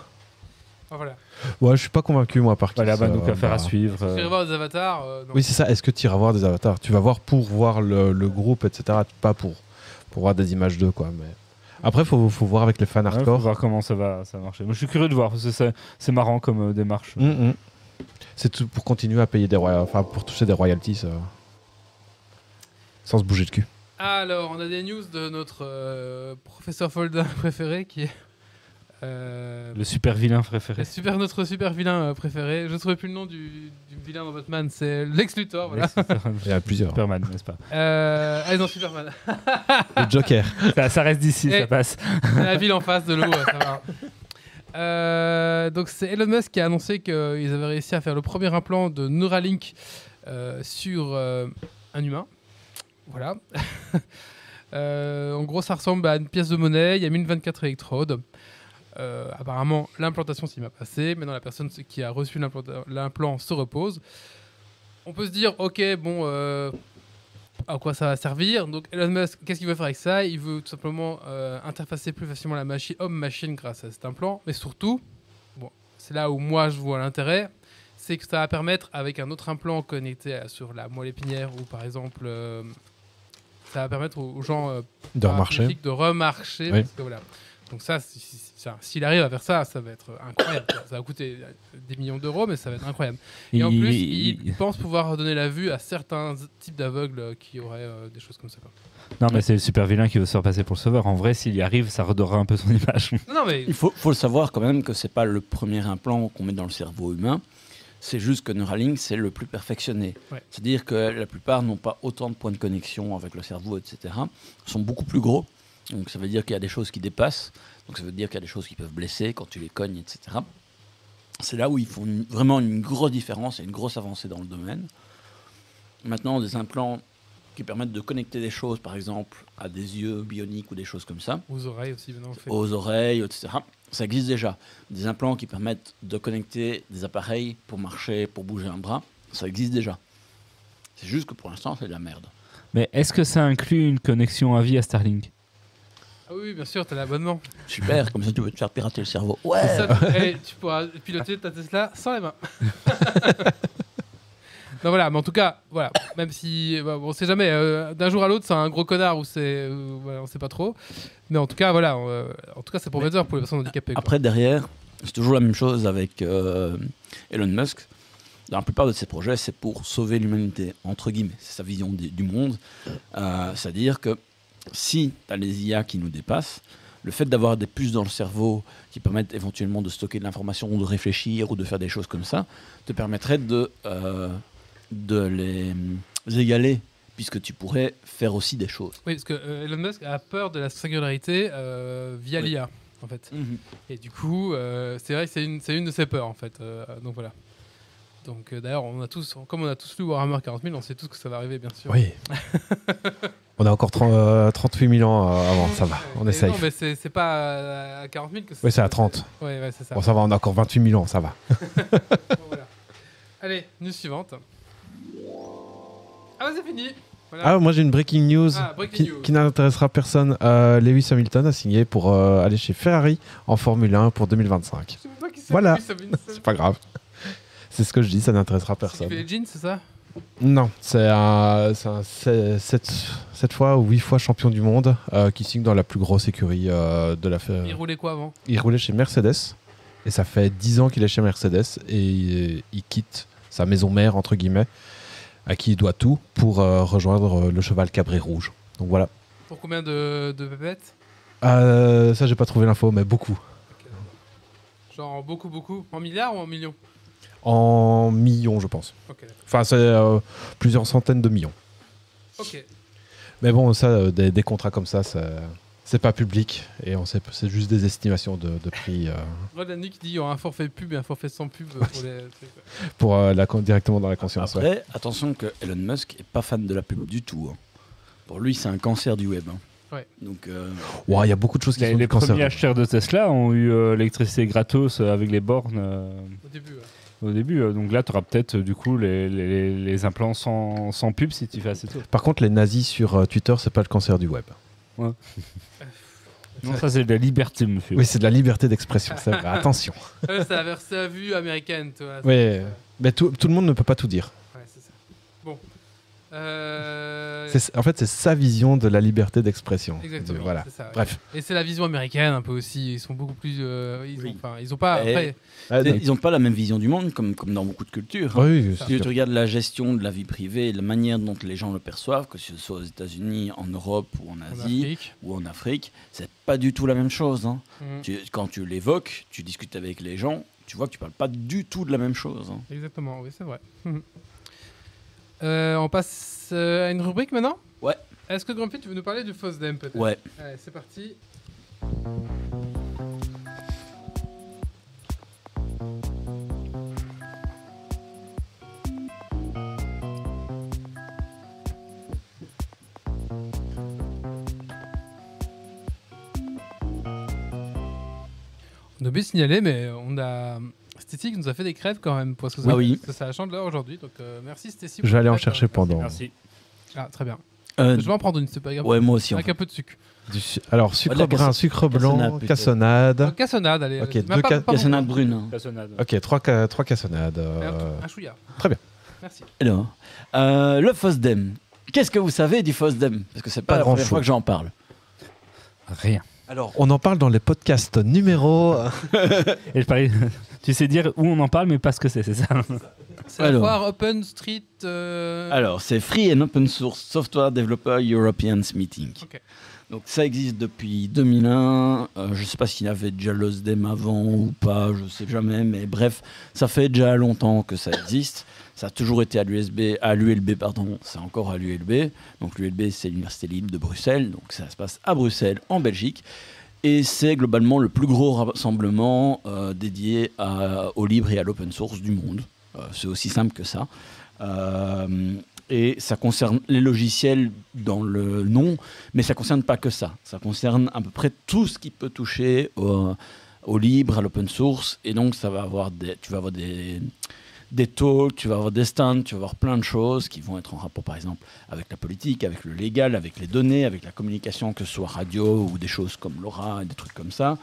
Ah, voilà. ouais, je suis pas convaincu moi par Kiss. Voilà, bah, euh, donc affaire bah. à suivre. Tu irais euh. voir des avatars euh, non. Oui, c'est ça. Est-ce que tu iras voir des avatars Tu vas voir pour voir le, le groupe, etc. Pas pour, pour voir des images d'eux, quoi. Mais... Après, faut, faut voir avec les fans Ouais, faut hardcore. voir comment ça va, ça va marcher. Moi, je suis curieux de voir parce que c'est- c'est marrant comme euh, démarche. Mm, mm. C'est tout pour continuer à payer des royalties, enfin pour toucher des royalties ça. sans se bouger le cul. Alors, on a des news de notre euh, professeur Foldin préféré qui est. euh, Le super vilain le préféré. super, notre super vilain euh, préféré. Je ne trouvais plus le nom du, du vilain dans Batman, c'est Lex Luthor. Voilà. Il y en a plusieurs. Superman, n'est-ce pas Euh, ah, non, Superman. Ah. Le Joker. ça, ça reste d'ici, Et- ça passe. C'est la ville en face de l'eau, ouais, ça va. Euh, donc c'est Elon Musk qui a annoncé qu'ils avaient réussi à faire le premier implant de Neuralink euh, sur euh, un humain. Voilà. Euh, en gros, ça ressemble à une pièce de monnaie. Il y a 1024 électrodes. Euh, apparemment, l'implantation s'y m'a passé. Maintenant, la personne qui a reçu l'implanta- l'implant se repose. On peut se dire, ok, bon, euh, à quoi ça va servir. Donc Elon Musk, qu'est-ce qu'il veut faire avec ça Il veut tout simplement euh, interfacer plus facilement la machine homme-machine grâce à cet implant. Mais surtout, bon, c'est là où moi je vois l'intérêt, c'est que ça va permettre avec un autre implant connecté à- sur la moelle épinière ou par exemple, euh, ça va permettre aux aux gens euh, De Ah, remarcher. paraplégiques de remarcher. Oui. parce que voilà. Donc ça, si- si- si- ça, s'il arrive à faire ça, ça va être euh, incroyable. ça va coûter euh, des millions d'euros, mais ça va être incroyable. Et en Il- plus, il- il pense pouvoir redonner la vue à certains types d'aveugles qui auraient euh, des choses comme ça. quoi. Non, mais c'est le super vilain qui veut se repasser pour le sauveur. En vrai, s'il y arrive, ça redorera un peu son image. Non, non, mais Il faut, faut le savoir quand même que c'est pas le premier implant qu'on met dans le cerveau humain. C'est juste que Neuralink, c'est le plus perfectionné. Ouais. C'est-à-dire que la plupart n'ont pas autant de points de connexion avec le cerveau, etc. Ils sont beaucoup plus gros. Donc ça veut dire qu'il y a des choses qui dépassent. Donc ça veut dire qu'il y a des choses qui peuvent blesser quand tu les cognes, etc. C'est là où ils font une- vraiment une grosse différence et une grosse avancée dans le domaine. Maintenant, des implants qui permettent de connecter des choses, par exemple, à des yeux bioniques ou des choses comme ça aux oreilles aussi, maintenant on le fait. aux oreilles, etc. Ça existe déjà. Des implants qui permettent de connecter des appareils pour marcher, pour bouger un bras, ça existe déjà. C'est juste que pour l'instant, c'est de la merde. Mais est-ce que ça inclut une connexion à vie à Starlink Ah oui, oui, bien sûr, t'as l'abonnement. Super, comme ça tu peux te faire pirater le cerveau. Ouais Ça, tu- eh, tu pourras piloter ta Tesla sans les mains. non, voilà, mais en tout cas, voilà, même si bah, bon, on sait jamais, euh, d'un jour à l'autre, c'est un gros connard ou c'est. euh, voilà, on sait pas trop. Mais en tout cas, voilà, euh, en tout cas, c'est prometteur pour les personnes handicapées. quoi. Après, derrière, c'est toujours la même chose avec euh, Elon Musk. Dans la plupart de ses projets, c'est pour sauver l'humanité, entre guillemets. C'est sa vision du, du monde. Euh, C'est-à-dire que si tu as les IA qui nous dépassent, le fait d'avoir des puces dans le cerveau qui permettent éventuellement de stocker de l'information ou de réfléchir ou de faire des choses comme ça, te permettrait de, euh, de les euh, égaler, puisque tu pourrais faire aussi des choses. Oui, parce que euh, Elon Musk a peur de la singularité euh, via Oui. l'IA, en fait. Et du coup, euh, c'est vrai que c'est une, c'est une de ses peurs, en fait. Euh, donc voilà. Donc euh, d'ailleurs, on a tous, comme on a tous lu Warhammer 40 000, on sait tous que ça va arriver, bien sûr. Oui. on a encore 30, euh, 38 000 ans euh, avant, ça va, on Mais essaye. Non, mais c'est c'est pas à 40 000 que Oui, c'est à 30. Ouais, ouais, c'est ça. Bon, ça va, on a encore 28 000 ans, ça va. Bon, voilà. Allez, news suivante. Ah, bah, c'est fini. Voilà. Ah, moi j'ai une breaking news Ah, breaking qui, news. qui n'intéressera personne. Euh, Lewis Hamilton a signé pour euh, aller chez Ferrari en Formule 1 pour 2025. Je sais pas qui c'est. Voilà. Lewis Hamilton. C'est pas grave. C'est ce que je dis, ça n'intéressera C'est qui fait personne. les jeans, c'est ça Non, c'est un, c'est un sept- sept sept fois ou 8 fois champion du monde euh, qui signe dans la plus grosse écurie euh, de la Fe- Il roulait quoi avant Il roulait chez Mercedes et ça fait 10 ans qu'il est chez Mercedes et il, il quitte sa maison mère, entre guillemets, à qui il doit tout pour euh, rejoindre euh, le cheval cabré rouge. Donc voilà. Pour combien de, de pépettes Euh, ça, j'ai pas trouvé l'info, mais beaucoup. Genre beaucoup, beaucoup. En milliards ou en millions En millions, je pense. Ok, d'accord. Enfin, c'est euh, plusieurs centaines de millions. Ok. Mais bon, ça, euh, des, des contrats comme ça, ça- c'est pas public et on sait, c'est juste des estimations de, de prix euh, Roland Nick dit il y aura un forfait pub et un forfait sans pub pour les trucs. pour euh, la, con- directement dans la conscience. ouais. Après, attention que Elon Musk est pas fan de la pub du tout. hein. Pour lui, c'est un cancer du web. hein. Ouais. Donc, euh, Ouah, Il y a beaucoup de choses qui Les, sont les du cancer. premiers acheteurs de Tesla ont eu euh, l'électricité gratos euh, avec les bornes euh, Au début, ouais. au début. euh, donc là, tu auras peut-être euh, du coup les, les- les implants sans, sans pub si tu fais assez tôt. Par contre, les nazis sur euh, Twitter, c'est pas le cancer du web. Non, ça c'est de la liberté, monsieur. Oui, c'est de la liberté d'expression, c'est vrai. Attention. Eux, Ah, c'est la vers- c'est la vue américaine, toi. Oui, mais tout, tout le monde ne peut pas tout dire. Ouais, c'est ça. Bon. Euh... C'est- En fait, c'est sa vision de la liberté d'expression. Exactement. Voilà. c'est ça, ouais. Bref. Et c'est la vision américaine un peu aussi. Ils sont beaucoup plus. euh, ils, Oui. Eh, ont, enfin, ils ont pas. Et- après- Ouais, Ah, donc- ils n'ont pas la même vision du monde, comme, comme dans beaucoup de cultures. hein. Oui, oui, c'est Si sûr. tu regardes la gestion de la vie privée, la manière dont les gens le perçoivent, que ce soit aux États-Unis, en Europe ou en en Asie Afrique. ou en Afrique, c'est pas du tout la même chose. hein. Mm, Tu- quand tu l'évoques, tu discutes avec les gens, tu vois que tu parles pas du tout de la même chose. hein. Exactement, oui, c'est vrai. Mhm. Euh, on passe euh, à une rubrique maintenant Ouais. Est-ce que Grumpy, tu veux nous parler du fausse dame peut-être Ouais. Allez, c'est parti. On a oublié de signaler, mais on a. Stacy qui nous a fait des crêpes quand même, parce que, ça- Ah oui. parce que c'est à Chandeleur aujourd'hui. Donc euh, merci Stacy. Je vais aller en chercher pendant. Merci. Ah, très bien. Euh, Je vais en prendre une, c'est pas grave. ouais, moi aussi. en Avec fait. un peu de sucre. Du su- Alors, sucre la brun, cassa- sucre blanc, cassonade, cassonade. Donc, cassonade, allez. Ok, allez. Mais deux ca- Il y a Sonate Brune. hein. Cassonade. Ok, trois, ca- trois cassonades. Et un, euh, un chouïa. très bien. Merci. Alors, euh, le FOSDEM. Qu'est-ce que vous savez du FOSDEM Parce que c'est pas, Pas la première grand-chose. fois que j'en parle. Rien. Alors, on en parle dans les podcasts numéro. Et je parlais- tu sais dire où on en parle, mais pas ce que c'est, c'est ça. C'est la Alors. foire Open Street. euh, Alors, c'est Free and Open Source Software Developer Europeans Meeting. Ok. Donc, ça existe depuis 2001. Euh, je sais pas s'il y avait déjà l'OSDEM avant ou pas, je sais jamais. Mais bref, ça fait déjà longtemps que ça existe. Ça a toujours été à l'USB, à l'ULB, pardon, c'est encore à l'ULB. Donc l'ULB, c'est l'Université libre de Bruxelles, donc ça se passe à Bruxelles, en Belgique. Et c'est globalement le plus gros rassemblement euh, dédié à- au libre et à l'open source du monde. Euh, c'est aussi simple que ça. Euh, et ça concerne les logiciels dans le nom, mais ça concerne pas que ça. Ça concerne à peu près tout ce qui peut toucher au, au libre, à l'open source. Et donc, ça va avoir des, tu vas avoir des, des talks, tu vas avoir des stands, tu vas avoir plein de choses qui vont être en rapport, par exemple, avec la politique, avec le légal, avec les données, avec la communication, que ce soit radio ou des choses comme LoRa, et des trucs comme ça.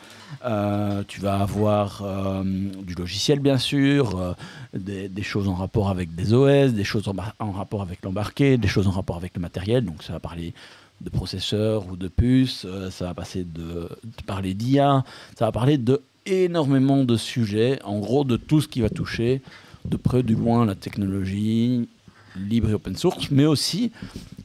Euh, tu vas avoir euh, du logiciel, bien sûr, euh, des, des choses en rapport avec des OS, des choses en, mar- en rapport avec l'embarqué, des choses en rapport avec le matériel. Donc, ça va parler de processeurs ou de puces, euh, ça va passer de, de parler d'IA, ça va parler de énormément de sujets, en gros de tout ce qui va toucher de près ou du loin la technologie, libre et open source, mais aussi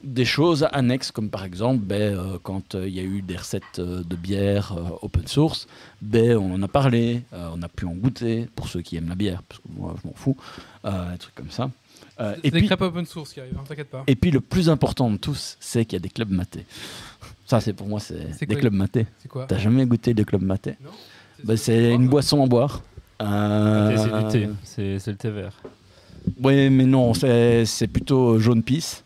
des choses annexes, comme par exemple, ben, euh, quand euh, il y a eu des recettes euh, de bière euh, open source, ben, on en a parlé, euh, on a pu en goûter, pour ceux qui aiment la bière, parce que moi je m'en fous, euh, des trucs comme ça. Euh, C'est des crêpes open source qui arrivent, hein, t'inquiète pas. et puis le plus important de tous, c'est qu'il y a des clubs matés. Ça, c'est pour moi, c'est C'est des quoi clubs matés. C'est quoi Oh, T'as jamais goûté de clubs matés Non Bah, C'est une boisson à boire. Euh, Ok, C'est du thé, c'est c'est le thé vert. Oui, mais non, c'est c'est plutôt jaune pisse.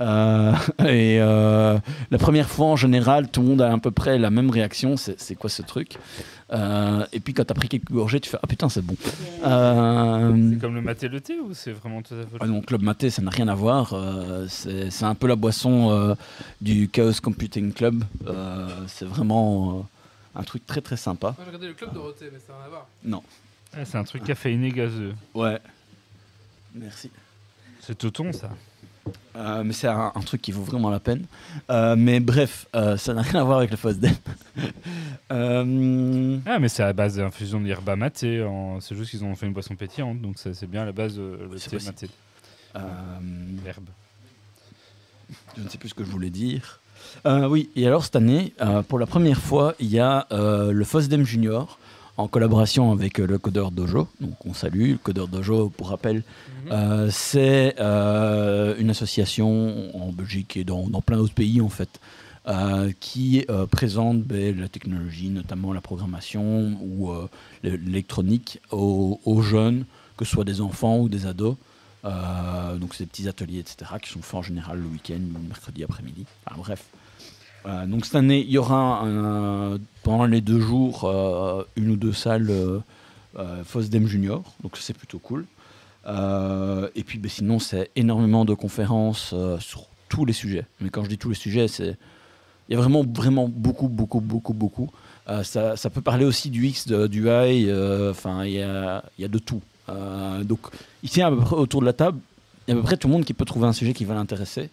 Euh, et euh, la première fois, en général, tout le monde a à peu près la même réaction. C'est c'est quoi ce truc Euh, Et puis quand t'as pris quelques gorgées, tu fais ah putain, c'est bon. Euh, C'est comme le maté le thé ou c'est vraiment tout à fait. ah non, Club Maté, ça n'a rien à voir. euh, c'est c'est un peu la boisson euh, du Chaos Computing Club. Euh, c'est vraiment euh, un truc très très sympa. Moi j'ai regardé le club Dorothée, mais ça n'a rien à voir. Ah, c'est un truc caféiné gazeux. Ouais. Merci. C'est Toton ça. Euh, mais c'est un, un truc qui vaut vraiment la peine. Euh, mais bref, euh, ça n'a rien à voir avec le FOSDEM. E euh, Ah, mais c'est à base d'infusion d'herba maté. en- C'est juste qu'ils ont fait une boisson pétillante, donc ça, c'est bien à la base euh, le C'est thé possible. maté. euh, L'herbe. je ne sais plus ce que je voulais dire. Euh, oui, et alors cette année, euh, pour la première fois, il y a euh, le FOSDEM Junior en collaboration avec euh, le Codeur Dojo. Donc on salue. Le Codeur Dojo, pour rappel, Mhm. Euh, c'est euh, une association en Belgique et dans, dans plein d'autres pays en fait. euh, qui euh, présente ben, la technologie, notamment la programmation ou euh, l'é- l'électronique aux, aux jeunes, que ce soit des enfants ou des ados. Euh, donc ces petits ateliers, etc., qui sont faits en général le week-end ou le mercredi après-midi. Enfin, bref. Euh, donc cette année, il y aura un- pendant les deux jours euh, une ou deux salles euh, euh, Fosdem Junior, donc c'est plutôt cool. Euh, et puis ben, sinon, c'est énormément de conférences euh, sur tous les sujets. Mais quand je dis tous les sujets, c'est il y a vraiment vraiment beaucoup beaucoup beaucoup beaucoup. Euh, ça, ça peut parler aussi du X, de- du Y. euh, Enfin, il y a il y a de tout. Euh, donc ici à peu près autour de la table, il y a à peu près tout le monde qui peut trouver un sujet qui va l'intéresser.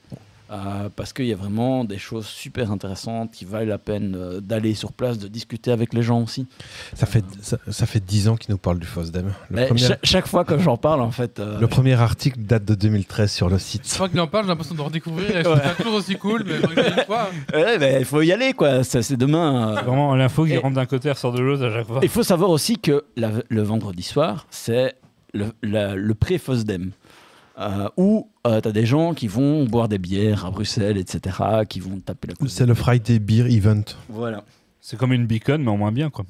Euh, parce qu'il y a vraiment des choses super intéressantes qui valent la peine euh, d'aller sur place, de discuter avec les gens aussi. Ça fait, ça, ça fait 10 ans qu'ils nous parlent du FOSDEM. Le, Mais premier, cha- chaque fois que j'en parle, en fait, euh, le premier article date de 2013 sur le site. Je crois qu'il en parle, j'ai l'impression de redécouvrir. et je trouve Ouais. ça toujours aussi cool, mais faudrait que j'aille une fois. hein. ouais, mais il faut y aller, quoi. Ça, C'est demain. euh, Vraiment, l'info qui Et- rentre d'un côté, elle sort de l'autre à chaque fois. Il faut savoir aussi que la- le vendredi soir, c'est le, la- le pré-FOSDEM. euh, où tu as des gens qui vont boire des bières à Bruxelles, etc., qui vont taper la coupe. C'est le Friday Beer Event. Voilà. C'est comme une beacon, mais au moins bien, quoi.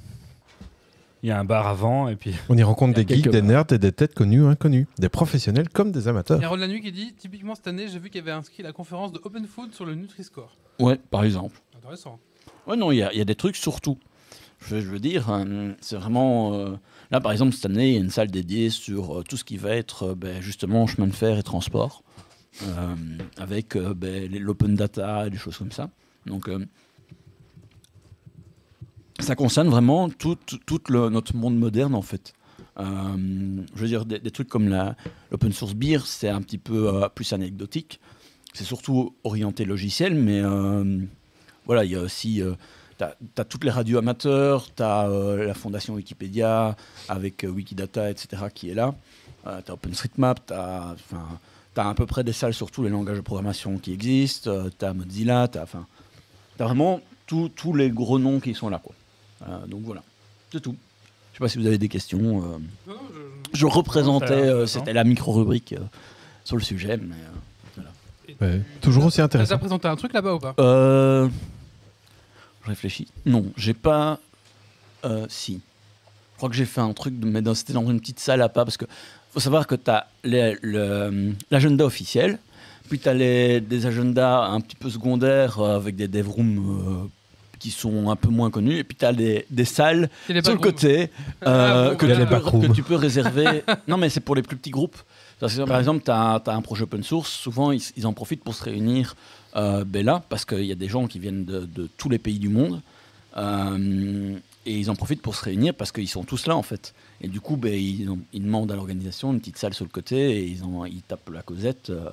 Il y a un bar avant, et puis. On y rencontre Il y a des geeks, quelques des nerds et des têtes connues ou inconnues. Des professionnels comme des Il y amateurs. a Ron Lanui qui dit Typiquement cette année, j'ai vu qu'il y avait inscrit la conférence de Open Food sur le Nutri-Score. Ouais, par exemple. Intéressant. Ouais, non, il y a, il y a des trucs surtout. Je, je veux dire, hein, c'est vraiment. euh, là, par exemple, cette année, il y a une salle dédiée sur euh, tout ce qui va être euh, ben, justement chemin de fer et transport, euh, avec euh, ben, les- l'open data et des choses comme ça. Donc, euh, ça concerne vraiment tout, tout le, notre monde moderne, en fait. Euh, je veux dire, des, des trucs comme la- l'open source beer, c'est un petit peu euh, plus anecdotique. C'est surtout orienté logiciel, mais euh, voilà, il y a aussi. euh, T'as as toutes les radios amateurs, t'as euh, la fondation Wikipédia avec euh, Wikidata, etc. qui est là. Euh, t'as OpenStreetMap, t'as enfin, t'as à peu près des salles sur tous les langages de programmation qui existent, euh, t'as Mozilla, t'as enfin, t'as vraiment tous tous les gros noms qui sont là. Quoi. Euh, donc voilà, c'est tout. Je sais pas si vous avez des questions. euh. Non, non, je- Je représentais, Ça a l'air euh, intéressant. c'était la micro-rubrique euh, sur le sujet. Mais, euh, je- et tu- Ouais. Toujours aussi T'as déjà intéressant. présenté un truc là-bas ou pas Euh, je réfléchis. Non, j'ai pas. euh, si. Je crois que j'ai fait un truc, de- mais dans- c'était dans une petite salle à pas, parce que faut savoir que tu as l'agenda officiel, puis tu as des agendas un petit peu secondaires euh, avec des dev rooms euh, qui sont un peu moins connus, et puis tu as des salles C'est les sur le backrooms. côté Ah, euh, bon, que, voilà. tu Les peux, backrooms. que tu peux réserver. non, mais c'est pour les plus petits groupes. Parce que, par Ah. exemple, tu as, un projet open source, souvent ils, ils en profitent pour se réunir euh, ben là, parce qu'il y a des gens qui viennent de, de tous les pays du monde. Euh, et ils en profitent pour se réunir parce qu'ils sont tous là en fait. Et du coup, ben, ils, ont- ils demandent à l'organisation une petite salle sur le côté et ils, ont, ils tapent la causette. euh,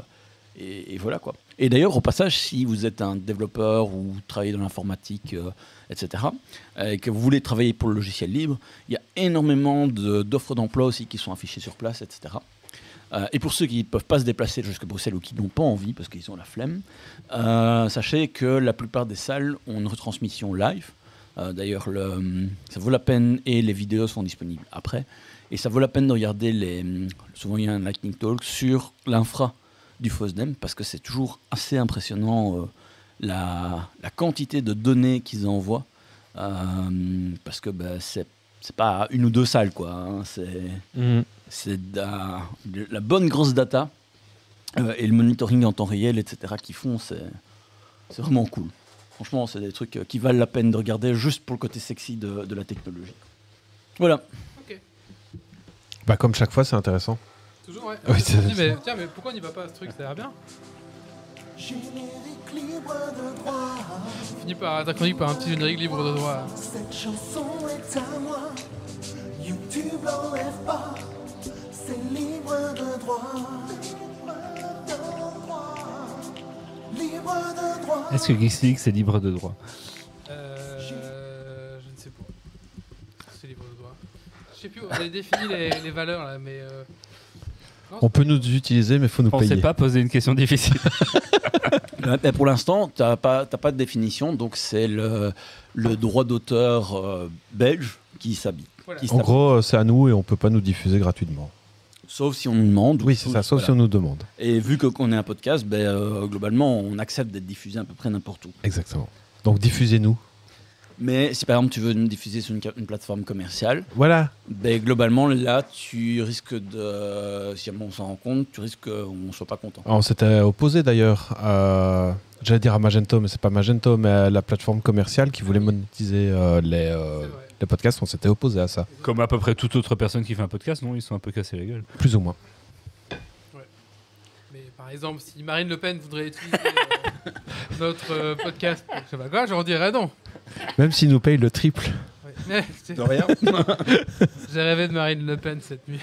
et, et voilà quoi. Et d'ailleurs, au passage, si vous êtes un développeur ou vous travaillez dans l'informatique, euh, etc., euh, et que vous voulez travailler pour le logiciel libre, il y a énormément de- d'offres d'emploi aussi qui sont affichées sur place, etc. Euh, et pour ceux qui ne peuvent pas se déplacer jusqu'à Bruxelles ou qui n'ont pas envie parce qu'ils ont la flemme, euh, sachez que la plupart des salles ont une retransmission live. Euh, D'ailleurs, le- ça vaut la peine et les vidéos sont disponibles après. Et ça vaut la peine de regarder les. Souvent, il y a un Lightning Talk sur l'infra du FOSDEM parce que c'est toujours assez impressionnant euh, la, la quantité de données qu'ils envoient. Euh, parce que bah, c'est c'est pas une ou deux salles, quoi. hein, c'est Mm. c'est de la, de la bonne grosse data euh, et le monitoring en temps réel, etc. qu'ils font, c'est c'est vraiment cool. Franchement, c'est des trucs euh, qui valent la peine de regarder juste pour le côté sexy de, de la technologie. Voilà. Bah, comme chaque fois, c'est intéressant. Toujours, ouais. Ah Oui, Je me c'est- dis, mais, tiens, mais pourquoi on n'y va pas à ce truc Ça a l'air bien. Générique libre de droit, On finit par ta chronique par un petit générique libre de droit. cette chanson est à moi. YouTube l'enlève pas, c'est libre de droit. Libre de droit. Est-ce que Geeks League, c'est libre de droit Euh, je ne sais pas. C'est libre de droit. Je sais plus, on avait défini les, les valeurs là, mais. euh, On peut nous utiliser, mais faut nous Pensez payer. pas poser une question difficile. Euh, mais pour l'instant, tu n'as pas, t'as pas de définition, donc c'est le, le droit d'auteur euh, belge qui s'habille. Voilà. qui En s'appelle. gros, euh, c'est à nous et on peut pas nous diffuser gratuitement. Sauf si on demande. Oui, c'est ça, sauf si Voilà. on nous demande. Et vu que- qu'on est un podcast, ben, euh, globalement, on accepte d'être diffusé à peu près n'importe où. Exactement. Donc, diffusez-nous. Mais si par exemple tu veux nous diffuser sur une ca- une plateforme commerciale, Voilà. Ben, globalement, là, tu risques de. Si jamais on s'en rend compte, tu risques qu'on soit pas content. On s'était opposé d'ailleurs, euh, j'allais dire à Magento, mais c'est pas Magento, mais à la plateforme commerciale qui voulait monétiser euh, les, euh, C'est vrai. les podcasts. On s'était opposé à ça, Comme à peu près toute autre personne qui fait un podcast, non Ils sont un peu cassés la gueule. plus ou moins. Mais par exemple, si Marine Le Pen voudrait utiliser euh, notre euh, podcast, pour je sais pas quoi, j'en dirais non. Même s'ils nous payent le triple. Ouais. Mais c'est- rien J'ai rêvé de Marine Le Pen cette nuit.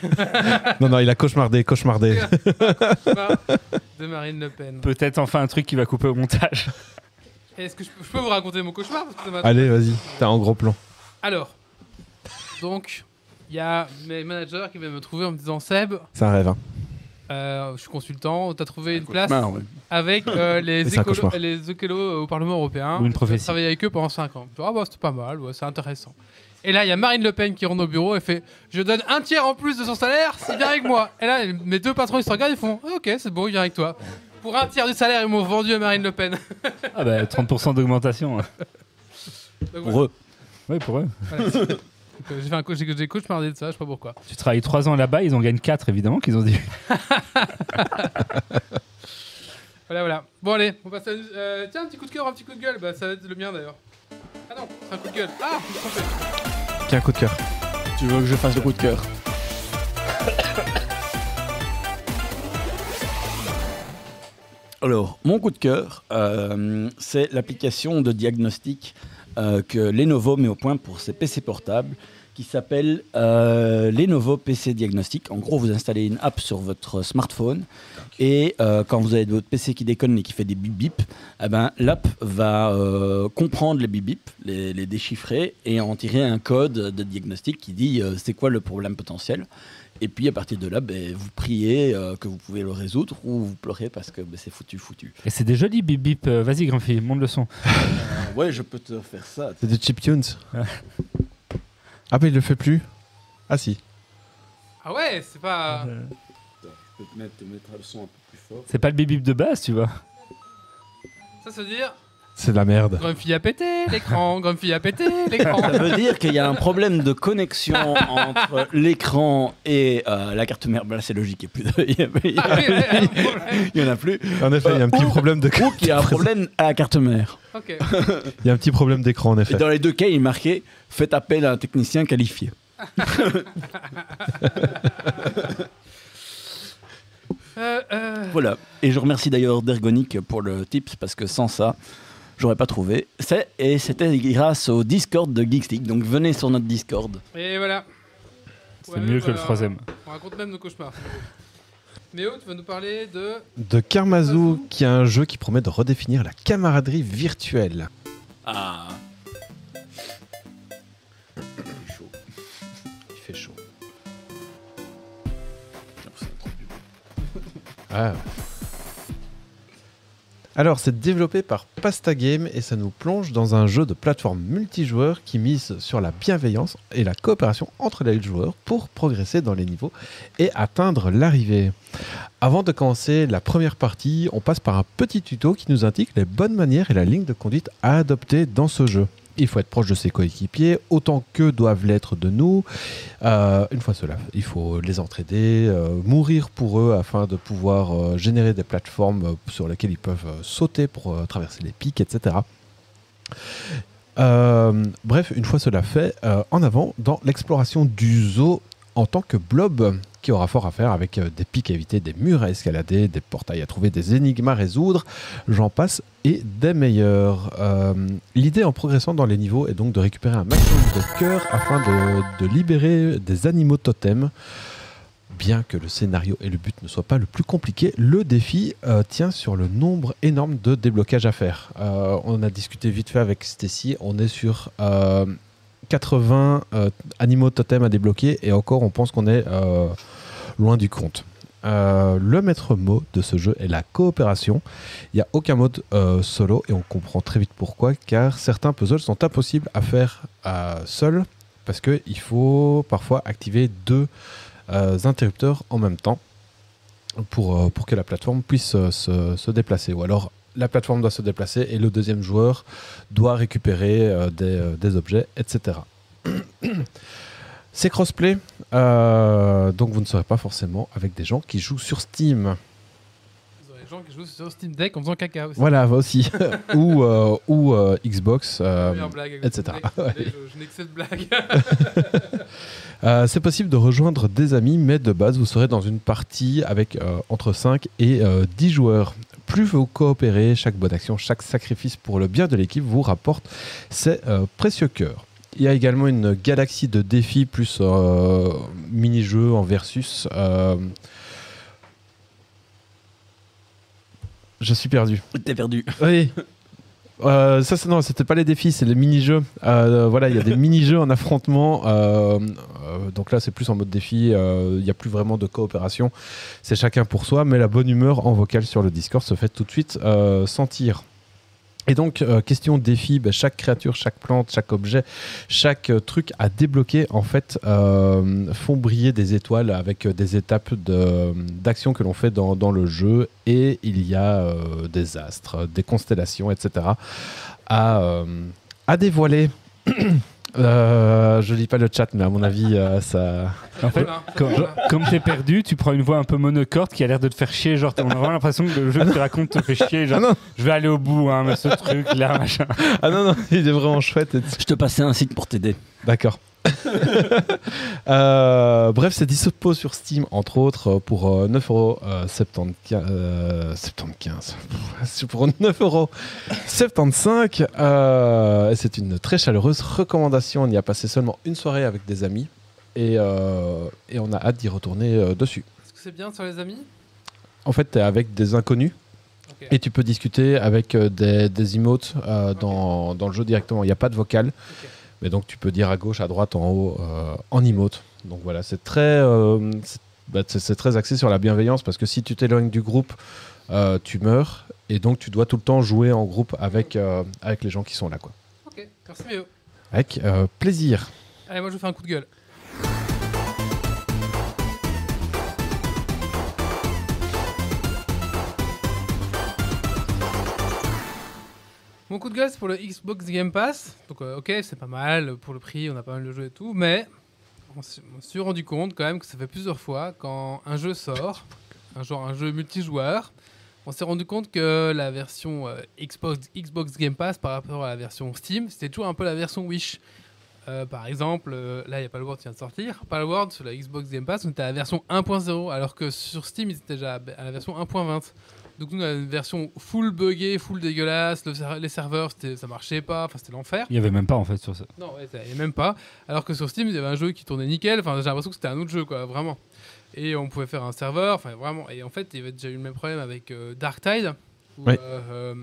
non, non, il a cauchemardé, cauchemardé. de Marine Le Pen. Peut-être enfin un truc qui va couper au montage. Est-ce que je peux, je peux vous raconter mon cauchemar Parce que ça m'a- Allez, vas-y, t'as un gros plan. Alors, donc, il y a mes managers qui viennent me trouver en me disant Seb, C'est un rêve. hein. euh, je suis consultant, t'as trouvé une place ouais. avec euh, les, Mais c'est un écolos, cauchemar. les écolos euh, au Parlement européen. Ou une J'ai prophétie. travaillé avec eux pendant 5 ans. Je dis, Ah bah, c'est pas mal, ouais, c'est intéressant. Et là, il y a Marine Le Pen qui rentre au bureau et fait Je donne un tiers en plus de son salaire, s'il vient avec moi. Et là, mes deux patrons, ils se regardent, ils font Ah, Ok, c'est bon, il vient avec toi. Pour un tiers du salaire, ils m'ont vendu à Marine Le Pen. Ah bah 30% d'augmentation. hein. Donc, voilà. Pour eux. Oui, pour eux. Donc, euh, J'ai fait un coach, j'ai j'ai cauchemardé de ça, je sais pas pourquoi. Tu travailles 3 ans là-bas, ils en gagnent 4 évidemment qu'ils ont dit. Voilà, voilà. Bon, allez, on passe à. euh, tiens, un petit coup de cœur, un petit coup de gueule. Bah, ça va être le mien d'ailleurs. Ah non, c'est un coup de gueule. Ah, je me suis trompé. Tiens, coup de cœur. Tu veux que je fasse le coup de cœur Alors, mon coup de cœur, euh, c'est l'application de diagnostic euh, que Lenovo met au point pour ses PC portables qui s'appelle euh, Lenovo PC Diagnostic. En gros, vous installez une app sur votre smartphone et euh, quand vous avez votre PC qui déconne et qui fait des bip bip, eh ben, l'app va euh, comprendre les bip bip, les, les déchiffrer et en tirer un code de diagnostic qui dit euh, c'est quoi le problème potentiel. Et puis à partir de là, ben, vous priez euh, que vous pouvez le résoudre ou vous pleurez parce que ben, c'est foutu, foutu. Et c'est des jolis bip bip. euh, Vas-y, grand fille, monte le son. Ouais, je peux te faire ça. C'est du chip tunes. ah, bah il le fait plus Ah, si. Ah ouais, c'est pas. Je peux te mettre, le son un peu plus fort. C'est pas le bip bip de base, tu vois. Ça se dire C'est de la merde. Grande fille a pété l'écran, grande fille a pété l'écran. Ça veut dire qu'il y a un problème de connexion entre l'écran et euh, la carte mère. Ben, là, c'est logique, il n'y a plus de- il y Ah a- oui, ouais, un problème. il y en a plus. En effet, il y a un petit problème de Ou qu'il y a un problème à la carte mère. Ok. Il y a un petit problème d'écran, en Et effet. dans les deux cas, il est marqué faites appel à un technicien qualifié. Euh, euh, Voilà. Et je remercie d'ailleurs Dergonic pour le tips parce que sans ça, j'aurais pas trouvé. C'est- Et c'était grâce au Discord de Geeks League. Donc venez sur notre Discord. Et voilà. C'est Ouais, mieux que le voilà. troisième. On raconte même nos cauchemars. Méo, tu vas nous parler de. De Karmazoo, qui est un jeu qui promet de redéfinir la camaraderie virtuelle. Ah. Il fait chaud. Ah. Alors, c'est développé par Pasta Game et ça nous plonge dans un jeu de plateforme multijoueur qui mise sur la bienveillance et la coopération entre les joueurs pour progresser dans les niveaux et atteindre l'arrivée. Avant de commencer la première partie, on passe par un petit tuto qui nous indique les bonnes manières et la ligne de conduite à adopter dans ce jeu. Il faut être proche de ses coéquipiers autant que doivent l'être de nous. Euh, une fois cela, il faut les entraider, euh, mourir pour eux afin de pouvoir euh, générer des plateformes euh, sur lesquelles ils peuvent euh, sauter pour euh, traverser les pics, etc. Euh, bref, une fois cela fait, euh, en avant dans l'exploration du zoo en tant que blob qui aura fort à faire avec euh, des pics à éviter, des murs à escalader, des portails à trouver, des énigmes à résoudre, j'en passe et des meilleurs. Euh, L'idée en progressant dans les niveaux est donc de récupérer un maximum de cœurs afin de, de libérer des animaux totems. Bien que le scénario et le but ne soient pas le plus compliqué, le défi euh, tient sur le nombre énorme de déblocages à faire. Euh, on a discuté vite fait avec Stacy, on est sur euh, 80 euh, animaux totems à débloquer et encore on pense qu'on est euh, loin du compte. Euh, le maître mot de ce jeu est la coopération. Il n'y a aucun mode euh, solo et on comprend très vite pourquoi, car certains puzzles sont impossibles à faire euh, seul parce qu'il faut parfois activer deux euh, interrupteurs en même temps pour, euh, pour que la plateforme puisse euh, se, se déplacer. Ou alors la plateforme doit se déplacer et le deuxième joueur doit récupérer euh, des, euh, des objets, etc. C'est crossplay, euh, donc vous ne serez pas forcément avec des gens qui jouent sur Steam. Vous aurez des gens qui jouent sur Steam Deck en faisant caca aussi. Voilà, moi aussi. ou euh, ou euh, Xbox. euh, Meilleure blague avec etc. Steam Deck, désolé, je je n'ai que cette blague. euh, c'est possible de rejoindre des amis, mais de base, vous serez dans une partie avec euh, entre 5 et euh, 10 joueurs. Plus vous coopérez, chaque bonne action, chaque sacrifice pour le bien de l'équipe vous rapporte ces euh, précieux cœurs. Il y a également une galaxie de défis plus euh, mini-jeux en versus. euh. Je suis perdu. T'es perdu. Oui. Euh, ça, c'est- non, c'était pas les défis, c'est les mini-jeux. Euh, voilà, il y a des mini-jeux en affrontement. euh, euh, donc là, c'est plus en mode défi. euh, Il n'y a plus vraiment de coopération. C'est chacun pour soi, mais la bonne humeur en vocal sur le Discord se fait tout de suite euh, sentir. Et donc, euh, question défi, ben, chaque créature, chaque plante, chaque objet, chaque euh, truc à débloquer, en fait, euh, font briller des étoiles avec euh, des étapes de- d'action que l'on fait dans, dans le jeu. Et il y a euh, des astres, euh, des constellations, etc. à, euh, à dévoiler. Euh, je lis pas le chat, mais à mon avis, euh, ça. En fait, Voilà. comme, comme t'es perdu, tu prends une voix un peu monocorde qui a l'air de te faire chier. Genre, t'as- on a vraiment l'impression que le jeu que tu racontes te fait chier. Genre, Ah non. je vais aller au bout, hein, mais ce truc-là, machin. Ah non, non, il est vraiment chouette. et- Je te passais un site pour t'aider. D'accord. Euh, bref, c'est dispo sur Steam, entre autres, pour euh, 9,75€. euh, 75. C'est pour 9,75€. Euh, et c'est une très chaleureuse recommandation. On y a passé seulement une soirée avec des amis. Et, euh, et on a hâte d'y retourner euh, dessus. Est-ce que c'est bien sur les amis En fait, t'es avec des inconnus. Ok. Et tu peux discuter avec euh, des, des emotes euh, dans, dans le jeu directement. Il n'y a pas de vocal. Mais donc tu peux dire à gauche, à droite, en haut, euh, en emote. Donc voilà, c'est très, euh, c'est- bah, c'est c'est très axé sur la bienveillance parce que si tu t'éloignes du groupe, euh, tu meurs. Et donc tu dois tout le temps jouer en groupe avec, euh, avec les gens qui sont là. Quoi. Ok, merci Méo. Avec euh, plaisir. Allez, moi je vous fais un coup de gueule. Mon coup de gueule, c'est pour le Xbox Game Pass. Donc, euh, ok, c'est pas mal pour le prix, on a pas mal de jeux et tout, mais on s- on s'est rendu compte quand même que ça fait plusieurs fois quand un jeu sort, un genre un jeu multijoueur, on s'est rendu compte que la version euh, Xbox, Xbox Game Pass par rapport à la version Steam, c'était toujours un peu la version Wish. Euh, par exemple, euh, là, il y a Palworld qui vient de sortir. Palworld, sur la Xbox Game Pass, on était à la version 1.0, alors que sur Steam, ils étaient déjà à à la version 1.20. Donc, nous, on a une version full buggée, full dégueulasse. le ser- les serveurs, c'était- ça marchait pas. Enfin, c'était l'enfer. Il y avait même pas, en fait, sur ça. Non, ouais, ça allait même pas. Alors que sur Steam, il y avait un jeu qui tournait nickel. Enfin, j'ai l'impression que c'était un autre jeu, quoi, vraiment. Et on pouvait faire un serveur, enfin, vraiment. Et en fait, il y avait déjà eu le même problème avec euh, Darktide. Où, Ouais. euh, euh,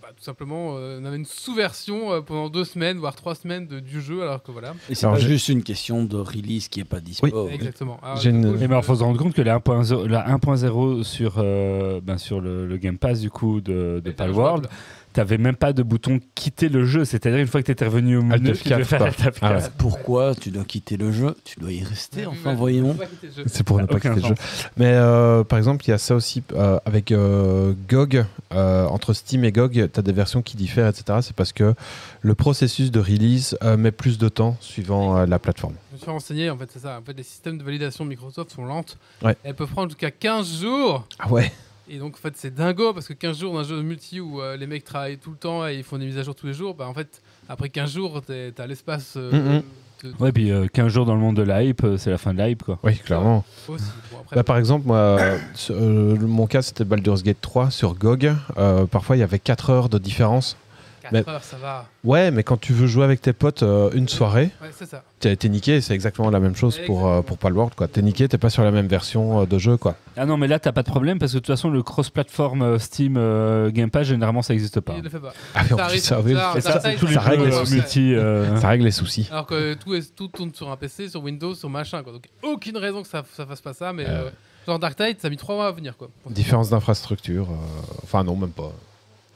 bah, tout simplement, euh, on avait une sous-version euh, pendant deux semaines, voire trois semaines de- du jeu, alors que voilà. Et c'est Alors, pas j'ai- juste une question de release qui est pas dispo. Exactement. Alors, J'ai du une- coup, je- Et ben, faut se rendre compte que la 1.0 la 1.0 sur, euh, ben, sur le, le Game Pass du coup de, de Palworld, t'avais même pas de bouton quitter le jeu. C'est-à-dire une fois que t'étais revenu au Alt menu, tu devais F4, faire quoi. Alt F4. Ah ouais. Pourquoi tu dois quitter le jeu Tu dois y rester, Ouais, enfin ouais, voyons. faut pas quitter le jeu. C'est pour ne Ça a pas aucun quitter le jeu. sens. Mais euh, par exemple, il y a ça aussi euh, avec euh, GOG. euh, entre Steam et GOG, tu as des versions qui diffèrent, etc. C'est parce que le processus de release euh, met plus de temps suivant euh, la plateforme. Je me suis renseigné, en fait, c'est ça. En fait, les systèmes de validation de Microsoft sont lentes. Ouais. Elles peuvent prendre jusqu'à 15 jours. Ah ouais Et donc, en fait, c'est dingo parce que 15 jours d'un jeu de multi où euh, les mecs travaillent tout le temps et ils font des mises à jour tous les jours, bah, en fait, après 15 jours, t'es- t'as l'espace euh, Mhm. de- Ouais, puis euh, 15 jours dans le monde de la hype, euh, c'est la fin de la hype quoi. Oui, clairement. aussi. Bon, après, Là, par exemple, moi, euh, ce- euh, mon cas, c'était Baldur's Gate 3 sur GOG. Euh, parfois, il y avait 4 heures de différence. 4 mais- heures, ça va. Ouais, mais quand tu veux jouer avec tes potes euh, une soirée, Ouais, c'est ça. t'es t'es niqué. C'est exactement la même chose pour, euh, pour Palworld. quoi. T'es niqué, t'es pas sur la même version euh, de jeu. quoi. Ah non, mais là, t'as pas de problème parce que de toute façon, le cross-platform euh, Steam euh, Game Pass, généralement, ça n'existe pas. Il le fait pas. Ah, mais Ça en plus, arrive ça, trop oui, tard. Et ça, Ça, c'est ça, tous les ça règle jeux les euh, soucis. multi. Hein? euh, ça règle les soucis. Alors que tout, est, tout tourne sur un PC, sur Windows, sur machin. Quoi. Donc, aucune raison que ça, ça fasse pas ça. Mais Euh. euh, genre Dark Tide, ça a mis 3 mois à venir. quoi. Différence d'infrastructure, euh, enfin non, même pas.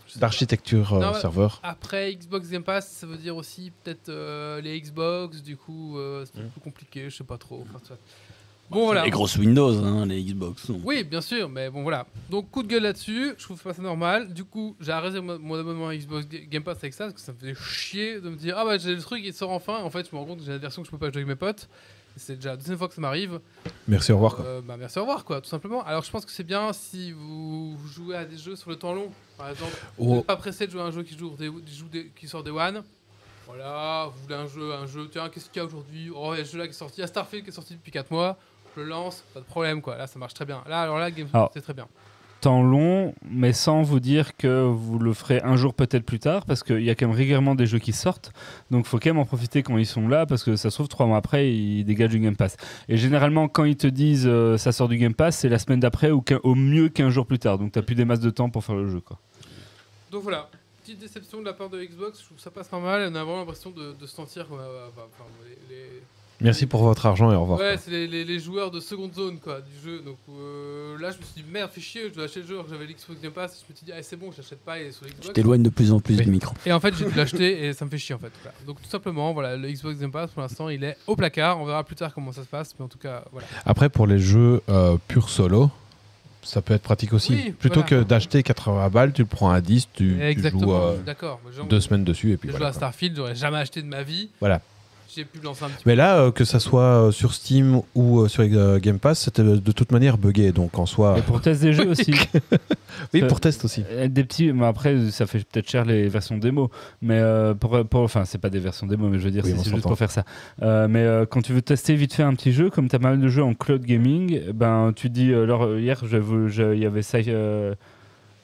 Je sais pas. D'architecture euh, Non, mais- serveur. Après Xbox Game Pass, ça veut dire aussi peut-être euh, les Xbox, du coup, euh, c'est plus compliqué, je sais pas trop. Enfin, ça- bon, voilà. Les grosses Windows, hein, les Xbox. non. Oui, bien sûr, mais bon, voilà. Donc, coup de gueule là-dessus, je trouve pas ça normal. Du coup, j'ai arrêté mon mon abonnement à Xbox Ga- Game Pass avec ça, parce que ça me faisait chier de me dire Ah bah, j'ai le truc, il sort enfin. En fait, je me rends compte que j'ai la version que je peux pas jouer avec mes potes. C'est déjà la deuxième fois que ça m'arrive. Merci, au revoir. Quoi. Euh, bah, merci, au revoir, quoi, tout simplement. Alors, je pense que c'est bien si vous jouez à des jeux sur le temps long. Par exemple, vous Oh. n'êtes pas pressé de jouer à un jeu qui, joue des, qui joue des- qui sort des One. Voilà, vous voulez un jeu, un jeu, tiens, qu'est-ce qu'il y a aujourd'hui Oh, il y a ce jeu-là qui est sorti, il y a Starfield qui est sorti depuis 4 mois. Je le lance, pas de problème, quoi. Là, ça marche très bien. Là, alors là, Game Alors. c'est très bien. temps long, mais sans vous dire que vous le ferez un jour peut-être plus tard, parce qu'il y a quand même régulièrement des jeux qui sortent, donc faut quand même en profiter quand ils sont là, parce que ça se trouve, trois mois après, ils dégagent du Game Pass. Et généralement, quand ils te disent euh, ça sort du Game Pass, c'est la semaine d'après ou qu'un- au mieux 15 jours plus tard, donc t'as plus des masses de temps pour faire le jeu. Quoi. Donc voilà, petite déception de la part de Xbox, je trouve que ça passe pas mal. On a vraiment l'impression de, de se sentir. qu'on a- enfin, les- les, Merci pour votre argent et au revoir. Ouais, quoi. c'est les, les- les joueurs de seconde zone quoi, du jeu. Donc euh, là, je me suis dit, merde, fais chier, je dois acheter le jeu alors que j'avais l'Xbox Game Pass. Je me suis dit, ah, c'est bon, je l'achète pas, il est sur Tu l'Xbox. t'éloignes de plus en plus Oui. du micro. Et en fait, j'ai dû l'acheter et ça me fait chier en fait. Voilà. Donc tout simplement, voilà, le Xbox Game Pass pour l'instant, il est au placard. On verra plus tard comment ça se passe, mais en tout cas, voilà. Après, pour les jeux euh, pur solo, ça peut être pratique aussi. Oui, Plutôt voilà. que d'acheter 80 balles, tu le prends à 10, tu, tu joues Exactement, euh, je suis d'accord. Moi, genre, deux semaines dessus et Je puis joue voilà. à quoi. Starfield, j'aurais jamais acheté de ma vie. Voilà. J'ai pu lancer un petit peu. Mais là, euh, que ça soit euh, sur Steam ou euh, sur euh, Game Pass, c'était de toute manière buggé. Donc en soi. Et pour test des jeux aussi. Oui, pour test aussi. Euh, Des petits, mais après ça fait peut-être cher les versions démo, mais euh, pour, pour- enfin c'est pas des versions démo, mais je veux dire Oui, on c'est juste s'entend. pour faire ça. Euh, mais euh, quand tu veux tester vite fait un petit jeu, comme t'as pas mal de jeux en cloud gaming, eh ben tu dis euh, alors euh, hier je vous- je- il y avait ça. Euh,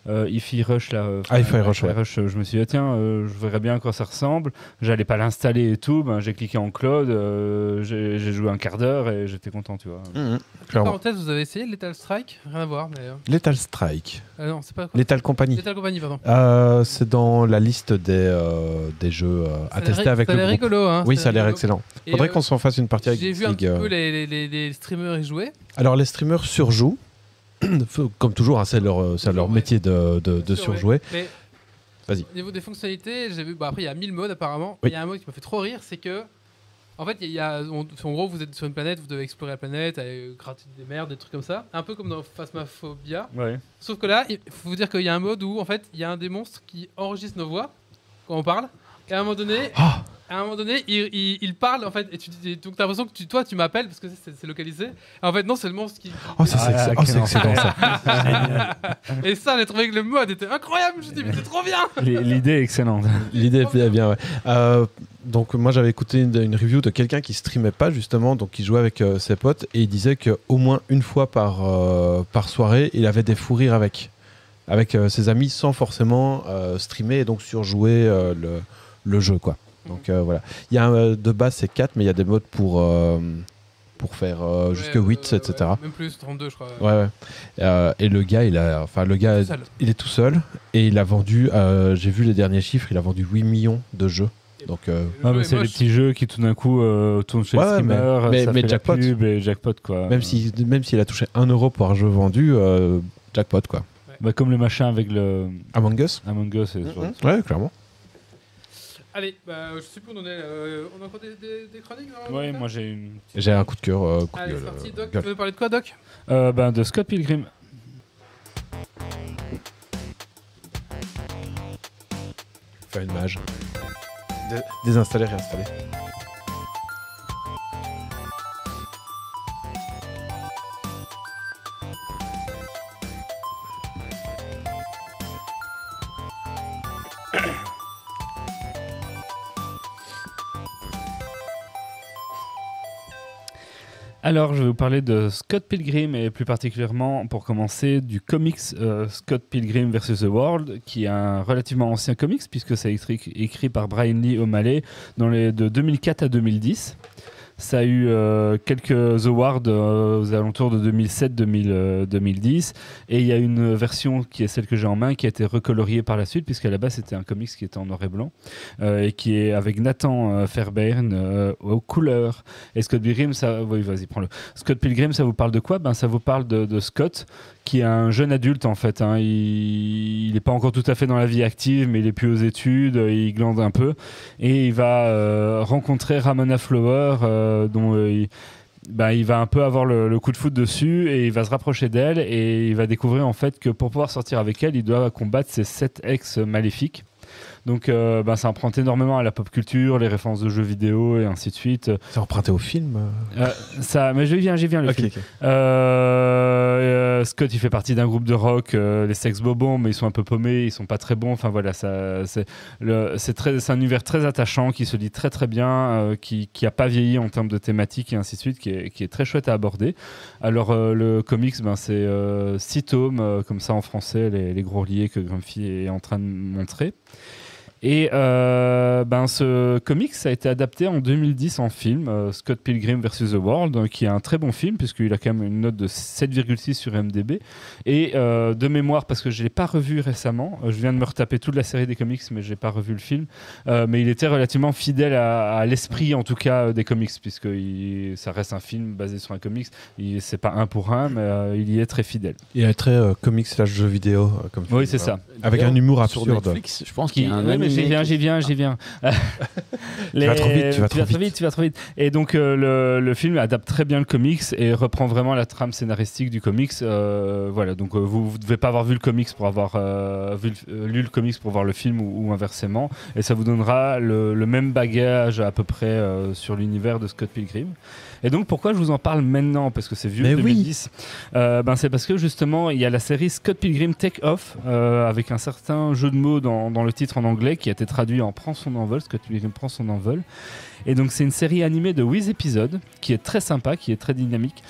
euh, Hi-Fi Rush là, euh, Ah, Hi-Fi euh, Rush, ouais. euh, je me suis dit ah, tiens, euh, je verrais bien à quoi ça ressemble. J'allais pas l'installer et tout, ben, j'ai cliqué en cloud, euh, j'ai j'ai joué un quart d'heure et j'étais content, tu vois. Mhm, clairement. Parenthèse, vous avez essayé Lethal Strike Rien à voir, mais. euh, Lethal Strike, Ah non, c'est pas quoi. Lethal Company. Lethal Company, pardon. Euh, c'est dans la liste des, euh, des jeux euh, à Ça a tester l'air- avec ça a le l'air groupe. rigolo, hein. Oui, ça a l'air rigolo. excellent. Et, Faudrait euh, qu'on s'en fasse une partie avec J'ai vu un Geeks petit League, peu euh. les, les- les- les streamers y jouer. Alors les streamers surjouent, Faut- comme toujours, hein, c'est leur, euh, c'est leur Ouais. métier de, euh, de- de Sur- ouais. surjouer. Mais Vas-y. Au niveau des fonctionnalités, j'ai vu. Bah après, il y a 1000 modes apparemment. Oui. Il y a un mode qui m'a fait trop rire, c'est que. En fait, il y a, on- en gros, vous êtes sur une planète, vous devez explorer la planète, aller gratter des merdes, des trucs comme ça. Un peu comme dans Phasmophobia. Ouais. Sauf que là, il faut vous dire qu'il y a un mode où, en fait, il y a un des monstres qui enregistre nos voix quand on parle. Et à un moment donné, Ah à un moment donné, il, il- il parle en fait, et tu dis, donc t'as l'impression que tu, toi, tu m'appelles parce que c'est c'est localisé. En fait, non, c'est le monstre qui. Oh, ça, Ah, c'est là, oh, c'est quel excellent ça. Et ça, j'ai trouvé que le mode était incroyable. Je me suis dit, mais c'est trop bien. L- L'idée est excellente. L'idée est bien, ouais. Euh, donc moi j'avais écouté une, une review de quelqu'un qui streamait pas justement, donc qui jouait avec euh, ses potes et il disait que au moins une fois par, euh, par soirée, il avait des fous rires avec avec euh, ses amis sans forcément euh, streamer et donc surjouer euh, le, le jeu quoi. Donc euh, voilà. Il y a un, euh, de base c'est 4 mais il y a des modes pour euh, pour faire euh, Ouais, jusque euh, 8, etc. ouais, même plus, 32, je crois. Ouais, ouais. Euh, et le gars, il a, enfin, le gars, Tout seul. il est tout seul et il a vendu. euh, J'ai vu les derniers chiffres, il a vendu 8 millions de jeux. Donc, euh, Le Ah, jeu mais est c'est les moche. petits jeux qui tout d'un coup euh, tournent chez Ouais, le ouais, mais- streamer, euh, mais- ça mais fait jackpot. la pub et jackpot quoi. même si, même s'il a touché 1 euro pour un jeu vendu, euh, jackpot quoi. Bah, comme le machin avec le Among Us. Among Us. et- Ouais, clairement. Allez, bah, je suis pour donner. euh, on a encore des, des- des chroniques dans Ouais, moi j'ai une. J'ai un coup de cœur. euh, coup de Allez, c'est gueule, parti, euh, Doc. Tu gueule. veux parler de quoi, Doc Euh, ben, de Scott Pilgrim. Faire une mage. Dé- Désinstaller, réinstaller. Alors, je vais vous parler de Scott Pilgrim et plus particulièrement, pour commencer, du comics euh, Scott Pilgrim vs. The World, qui est un relativement ancien comics puisque c'est écrit, écrit par Brian Lee O'Malley dans les, de 2004 à 2010. Ça a eu euh, quelques awards euh, aux alentours de 2007-2010 et il y a une version qui est celle que j'ai en main qui a été recoloriée par la suite puisqu'à la base c'était un comics qui était en noir et blanc euh, et qui est avec Nathan euh, Fairbairn euh, aux couleurs et Scott Pilgrim, ça, oui, vas-y, prends-le. Scott Pilgrim, ça vous parle de quoi Ben, ça vous parle de, de Scott, qui est un jeune adulte en fait. hein. Il n'est pas encore tout à fait dans la vie active, mais il est plus aux études, euh, il glande un peu, et il va euh, rencontrer Ramona Flower, euh, dont euh, il, ben, il va un peu avoir le, le coup de foot dessus, et il va se rapprocher d'elle, et il va découvrir en fait que pour pouvoir sortir avec elle, il doit combattre ses sept ex maléfiques. Donc, euh, ben, ça emprunte énormément à la pop culture, les références de jeux vidéo et ainsi de suite. C'est emprunté au film. euh Euh, ça, mais j'y viens, j'y viens le Ok, film. ok. Euh, euh, Scott, il fait partie d'un groupe de rock, euh, les Sex Bobons, mais ils sont un peu paumés, ils sont pas très bons. Enfin voilà, ça, c'est, le- c'est très, c'est un univers très attachant qui se lit très très bien, euh, qui, qui a pas vieilli en termes de thématiques et ainsi de suite, qui est, qui est très chouette à aborder. Alors euh, le comics, ben c'est euh, six tomes, euh, comme ça en français, les, les gros liés que Grumpy est en train de montrer. Et euh, ben ce comics a été adapté en 2010 en film, euh, Scott Pilgrim vs. The World, euh, qui est un très bon film, puisqu'il a quand même une note de 7,6 sur MDB. Et euh, de mémoire, parce que je ne l'ai pas revu récemment, euh, je viens de me retaper toute la série des comics, mais je n'ai pas revu le film, euh, mais il était relativement fidèle à, à l'esprit, en tout cas, euh, des comics, puisque il- ça reste un film basé sur un comics. Il- C'est pas un pour un, mais euh, il y est très fidèle. Il est très euh, comics slash jeu vidéo. euh, comme film, Oui, c'est voilà. ça. Avec un humour sur absurde. Netflix. Je pense qu'il Qui- y a un ouais, mais j'y animé viens, qui- j'y viens, j'y viens. Les- vas trop vite, Ah. tu vas trop trop vite. vite, tu vas trop vite. Et donc euh, le, le film adapte très bien le comics et reprend vraiment la trame scénaristique du comics. Euh, voilà, donc euh, vous ne devez pas avoir vu le comics pour avoir euh, vu le- euh, lu le comics pour voir le film ou, ou inversement. Et ça vous donnera le, le même bagage à peu près euh, sur l'univers de Scott Pilgrim. Et donc pourquoi je vous en parle maintenant Parce que c'est vieux, Mais oui. 2010. Euh, ben, c'est parce que justement, il y a la série Scott Pilgrim Take Off, euh, avec un certain jeu de mots dans, dans le titre en anglais qui a été traduit en Prends son envol, Scott Pilgrim prend son envol. Et donc, c'est une série animée de 8 épisodes qui est très sympa, qui est très dynamique,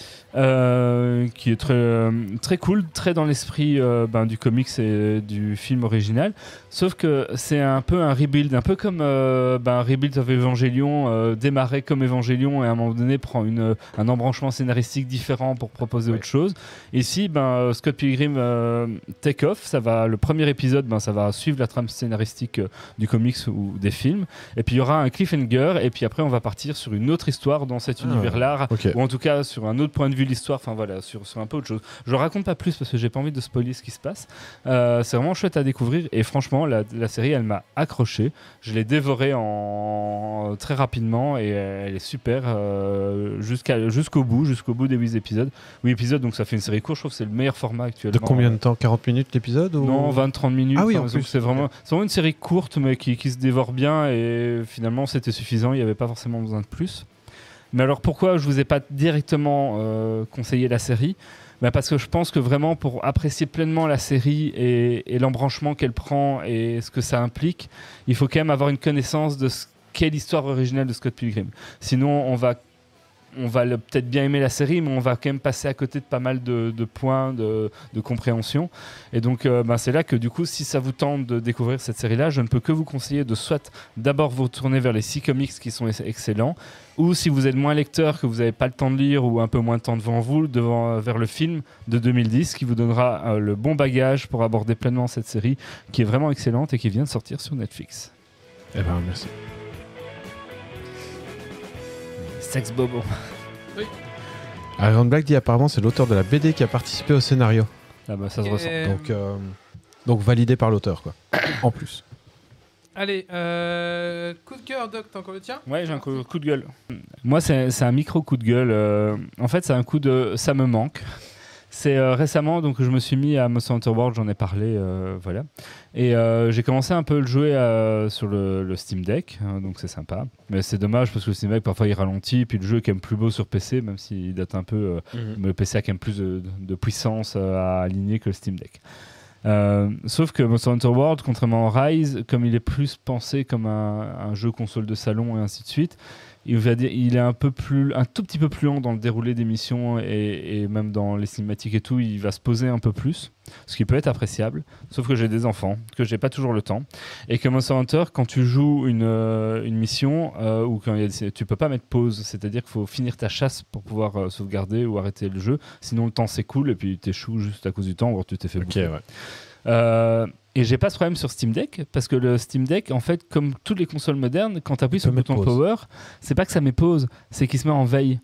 euh, qui est très, euh, très cool, très dans l'esprit euh, ben, du comics et du film original. Sauf que c'est un peu un rebuild, un peu comme euh, ben, Rebuild of Evangelion, euh, démarré comme Evangelion et à un moment donné prend une, euh, un embranchement scénaristique différent pour proposer autre chose. Ici, ben, euh, Scott Pilgrim euh, Take Off, ça va, le premier épisode, ben, ça va suivre la trame scénaristique euh, du comics ou des films. Et puis il y aura un cliffhanger, et puis après on va partir sur une autre histoire dans cet Ah. univers-là, Ok. ou en tout cas sur un autre point de vue de l'histoire, enfin voilà, sur, sur un peu autre chose. Je raconte pas plus parce que j'ai pas envie de spoiler ce qui se passe. Euh, c'est vraiment chouette à découvrir, et franchement, la, la série, elle m'a accroché. Je l'ai dévorée en... très rapidement, et elle est super euh, jusqu'à- jusqu'au bout, jusqu'au bout des 8 épisodes. 8 épisodes, donc ça fait une série courte, je trouve que c'est le meilleur format actuellement. De combien de temps 40 minutes l'épisode ou... Non, 20-30 minutes. Ah oui, Enfin, en donc plus. C'est vraiment, c'est vraiment une série courte, mais qui, qui se dévore bien. Et finalement, c'était suffisant. Il n'y avait pas forcément besoin de plus. Mais alors, pourquoi je vous ai pas directement euh, conseillé la série Bah, Parce que je pense que vraiment, pour apprécier pleinement la série et, et l'embranchement qu'elle prend et ce que ça implique, il faut quand même avoir une connaissance de ce qu'est l'histoire originelle de Scott Pilgrim. Sinon, on va on va le- peut-être bien aimer la série, mais on va quand même passer à côté de pas mal de, de points de, de compréhension. Et donc, euh, ben, c'est là que du coup, si ça vous tente de découvrir cette série-là, je ne peux que vous conseiller de soit d'abord vous tourner vers les six comics qui sont ex- excellents, ou si vous êtes moins lecteur, que vous n'avez pas le temps de lire ou un peu moins de temps devant vous, devant, euh, vers le film de 2010 qui vous donnera euh, le bon bagage pour aborder pleinement cette série qui est vraiment excellente et qui vient de sortir sur Netflix. Eh ben, merci. Sex Bobo. Iron Black dit apparemment c'est l'auteur de la BD qui a participé au scénario. Ah bah ça se Et- ressent. Donc, euh, donc validé par l'auteur, quoi. en plus. Allez, euh, coup de cœur, Doc, t'as encore le tien Ouais, j'ai un coup, coup de gueule. Moi, c'est c'est un micro coup de gueule. euh, en fait, c'est un coup de ça me manque. C'est euh, récemment, donc je me suis mis à Monster Hunter World, j'en ai parlé, euh, voilà. Et euh, j'ai commencé un peu le jouer euh, sur le, le Steam Deck, hein, donc c'est sympa. Mais c'est dommage parce que le Steam Deck parfois il ralentit, puis le jeu est quand même plus beau sur PC, même s'il date un peu euh, mais le PC a quand même plus de, de puissance euh, à aligner que le Steam Deck. Euh, sauf que Monster Hunter World, contrairement à Rise, comme il est plus pensé comme un, un jeu console de salon et ainsi de suite, il, va dire, il est un, peu plus, un tout petit peu plus lent dans le déroulé des missions et, et même dans les cinématiques et tout, il va se poser un peu plus, ce qui peut être appréciable. Sauf que j'ai des enfants, que j'ai pas toujours le temps, et que Monster Hunter, quand tu joues une, euh, une mission euh, ou quand il y a des- tu peux pas mettre pause, c'est-à-dire qu'il faut finir ta chasse pour pouvoir euh, sauvegarder ou arrêter le jeu, sinon le temps s'écoule et puis t'échoues juste à cause du temps ou alors tu t'es fait bouffer. Euh, et j'ai pas ce problème sur Steam Deck parce que le Steam Deck, en fait, comme toutes les consoles modernes, quand tu appuies sur le mettre bouton pause. power, c'est pas que ça met pause, c'est qu'il se met en veille.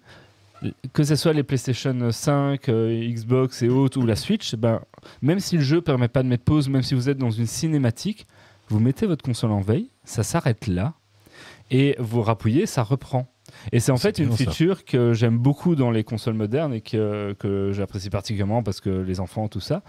Que ce soit les PlayStation 5, euh, Xbox et autres ou la Switch, ben, même si le jeu permet pas de mettre pause, même si vous êtes dans une cinématique, vous mettez votre console en veille, ça s'arrête là et vous rappuyez, ça reprend. Et c'est en C'est fait une bien, ça. feature que j'aime beaucoup dans les consoles modernes et que, que j'apprécie particulièrement parce que les enfants, tout ça.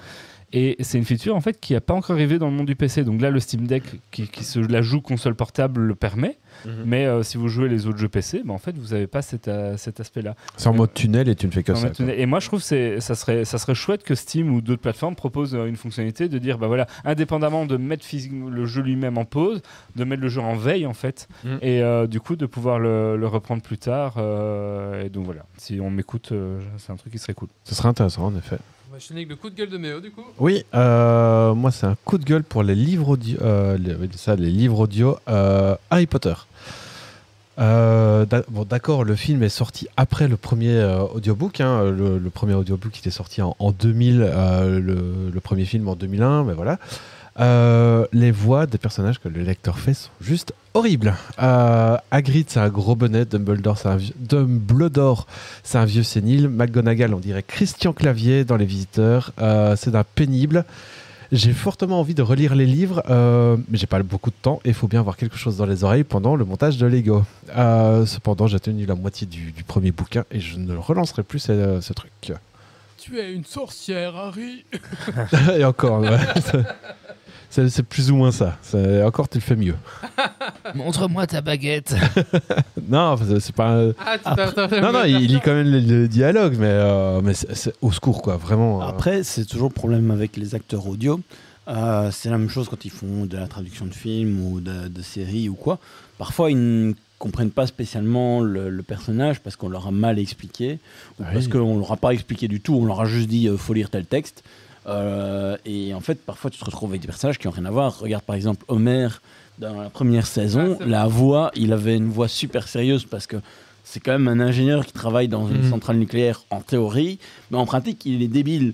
Et c'est une feature en fait qui n'a pas encore arrivé dans le monde du PC. Donc là, le Steam Deck qui, qui se la joue console portable le permet. Mhm. Mais euh, si vous jouez les autres jeux PC, bah, en fait, vous n'avez pas cet, euh, cet aspect-là. C'est en mode tunnel et tu ne fais que Non, ça. mais tu- Et moi, je trouve que c'est- ça serait, ça serait chouette que Steam ou d'autres plateformes proposent euh, une fonctionnalité de dire, bah voilà, indépendamment de mettre physique- le jeu lui-même en pause, de mettre le jeu en veille en fait, Mhm. et euh, du coup de pouvoir le, le reprendre plus tard. euh, et donc voilà, si on m'écoute, euh, c'est un truc qui serait cool. Ce serait intéressant, en effet. On va enchaîner avec le coup de gueule de Méo, du coup. Oui, euh, moi c'est un coup de gueule pour les livres audio, euh, les- oui, ça, les livres audio euh, Harry Potter. Euh, d'a- bon, d'accord, le film est sorti après le premier euh, audiobook. hein, le, le premier audiobook était sorti en, en 2000, euh, le, le premier film en 2001, mais voilà. Euh, les voix des personnages que le lecteur fait sont juste horribles. Euh, Hagrid, c'est un gros bonnet. Dumbledore, c'est un vieux, Dumbledore, c'est un vieux sénile. McGonagall, on dirait Christian Clavier dans Les Visiteurs. Euh, c'est d'un pénible. J'ai fortement envie de relire les livres, euh, mais j'ai pas beaucoup de temps et il faut bien avoir quelque chose dans les oreilles pendant le montage de Lego. Euh, cependant, j'ai tenu la moitié du, du premier bouquin et je ne relancerai plus ce, ce truc. Tu es une sorcière, Harry. et encore, ouais, c'est c'est plus ou moins ça. C'est- Encore, tu le fais mieux. Montre-moi ta baguette. Non, c'est- c'est pas. un- Ah, tu t'as- t'as fait Non, non, mieux il faire il lit ça. quand même le, le dialogue, mais, euh, mais c'est- c'est au secours, quoi, vraiment. euh. Après, c'est toujours le problème avec les acteurs audio. Euh, c'est la même chose quand ils font de la traduction de films ou de, de séries ou quoi. Parfois, ils ne comprennent pas spécialement le, le personnage parce qu'on leur a mal expliqué ou Ah parce oui. qu'on ne leur a pas expliqué du tout. On leur a juste dit euh, faut lire tel texte. Euh, et en fait, parfois, tu te retrouves avec des personnages qui n'ont rien à voir. Regarde par exemple Homer dans la première saison. Ah, c'est la voix, il avait une voix super sérieuse parce que c'est quand même un ingénieur qui travaille dans une Mhm. centrale nucléaire en théorie, mais en pratique, il est débile.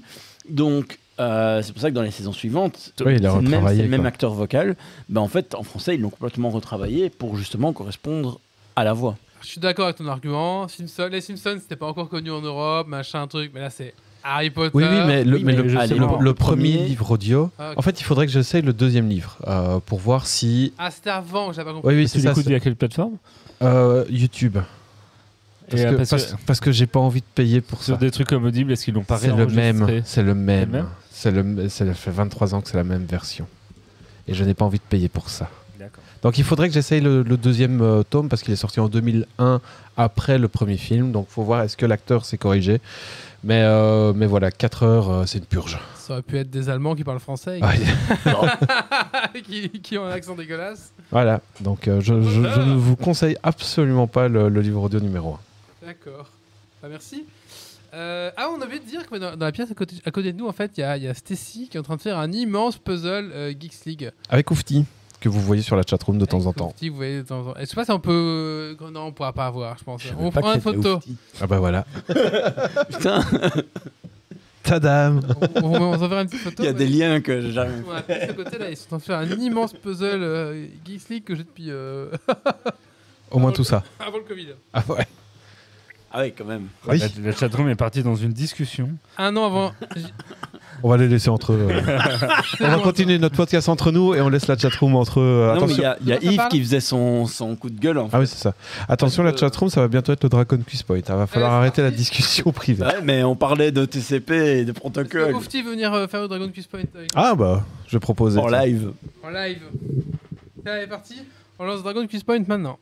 Donc, euh, c'est pour ça que dans les saisons suivantes, Oui, il a c'est le même, retravaillé, c'est le même quoi. acteur vocal. Ben, en fait, en français, ils l'ont complètement retravaillé pour justement correspondre à la voix. Je suis d'accord avec ton argument. Simpson, les Simpsons, c'était pas encore connu en Europe, machin, truc. Mais là, c'est Harry Potter. Oui, oui, mais le, euh, Oui, mais mais le- justement, le- le le premier premier- livre audio. Ah, ok. En fait, il faudrait que j'essaye le deuxième livre euh, pour voir si. Ah, c'était avant, j'avais pas compris. Oui, oui, Tu c'est ça. l'écoutes c'est- via quelle plateforme euh, YouTube. Parce, Et, euh, que, parce que parce- parce que j'ai pas envie de payer pour sur ça. des trucs comme Audible, est-ce qu'ils l'ont pas C'est le même. réenregistré C'est le même. même C'est le. Ça fait 23 ans que c'est la même version. Et je n'ai pas envie de payer pour ça. D'accord. Donc il faudrait que j'essaye le, le deuxième euh, tome parce qu'il est sorti en 2001 après le premier film. Donc faut voir est-ce que l'acteur s'est corrigé. Mais, euh, mais voilà, 4 heures, euh, c'est une purge. Ça aurait pu être des Allemands qui parlent français et qui- Ouais. qui, qui ont un accent dégueulasse. Voilà, donc euh, je, je- je ne vous conseille absolument pas le, le livre audio numéro 1. D'accord. Bah, merci. Euh, ah, on avait de dire que dans, dans la pièce à côté, à côté de nous, en fait, il y a, il y a Stacy qui est en train de faire un immense puzzle euh, Geeks League. Avec Oufti, que vous voyez sur la chatroom de temps en Avec temps. Oufti, vous voyez, de temps en temps. Et Je sais pas si on peut. euh, Non, on pourra pas voir, je pense. Je savais on pas prend que une c'était photo. Oufti. Ah bah voilà. Putain, Tadam on, on, on s'enverra une petite photo. il y a mais- des liens que j'arrive. Ouais, de ce côté-là, ils sont en train de faire un immense puzzle euh, Geeks League que j'ai depuis euh, Au moins tout ça. avant le Covid. Ah ouais. Ah ouais, quand même. Oui. La, la chatroom est partie dans une discussion. Un an avant. On va les laisser entre eux. euh. on va continuer notre podcast entre nous et on laisse la chatroom entre eux. euh, non, mais il Attention. y a, il y a Comment ça Yves parle qui faisait son, son coup de gueule en fait. Ah oui, c'est ça. Attention, la Euh, chatroom, ça va bientôt être le Dragon Quiz Point. Il va falloir c'est arrêter la parti. discussion privée. Ouais, mais on parlait de TCP et de Est-ce que protocole Oufti veut venir euh, faire le Dragon Quest Point avec- Ah bah, je proposais. en live. en live Ça est parti, on lance Dragon Quest Point maintenant.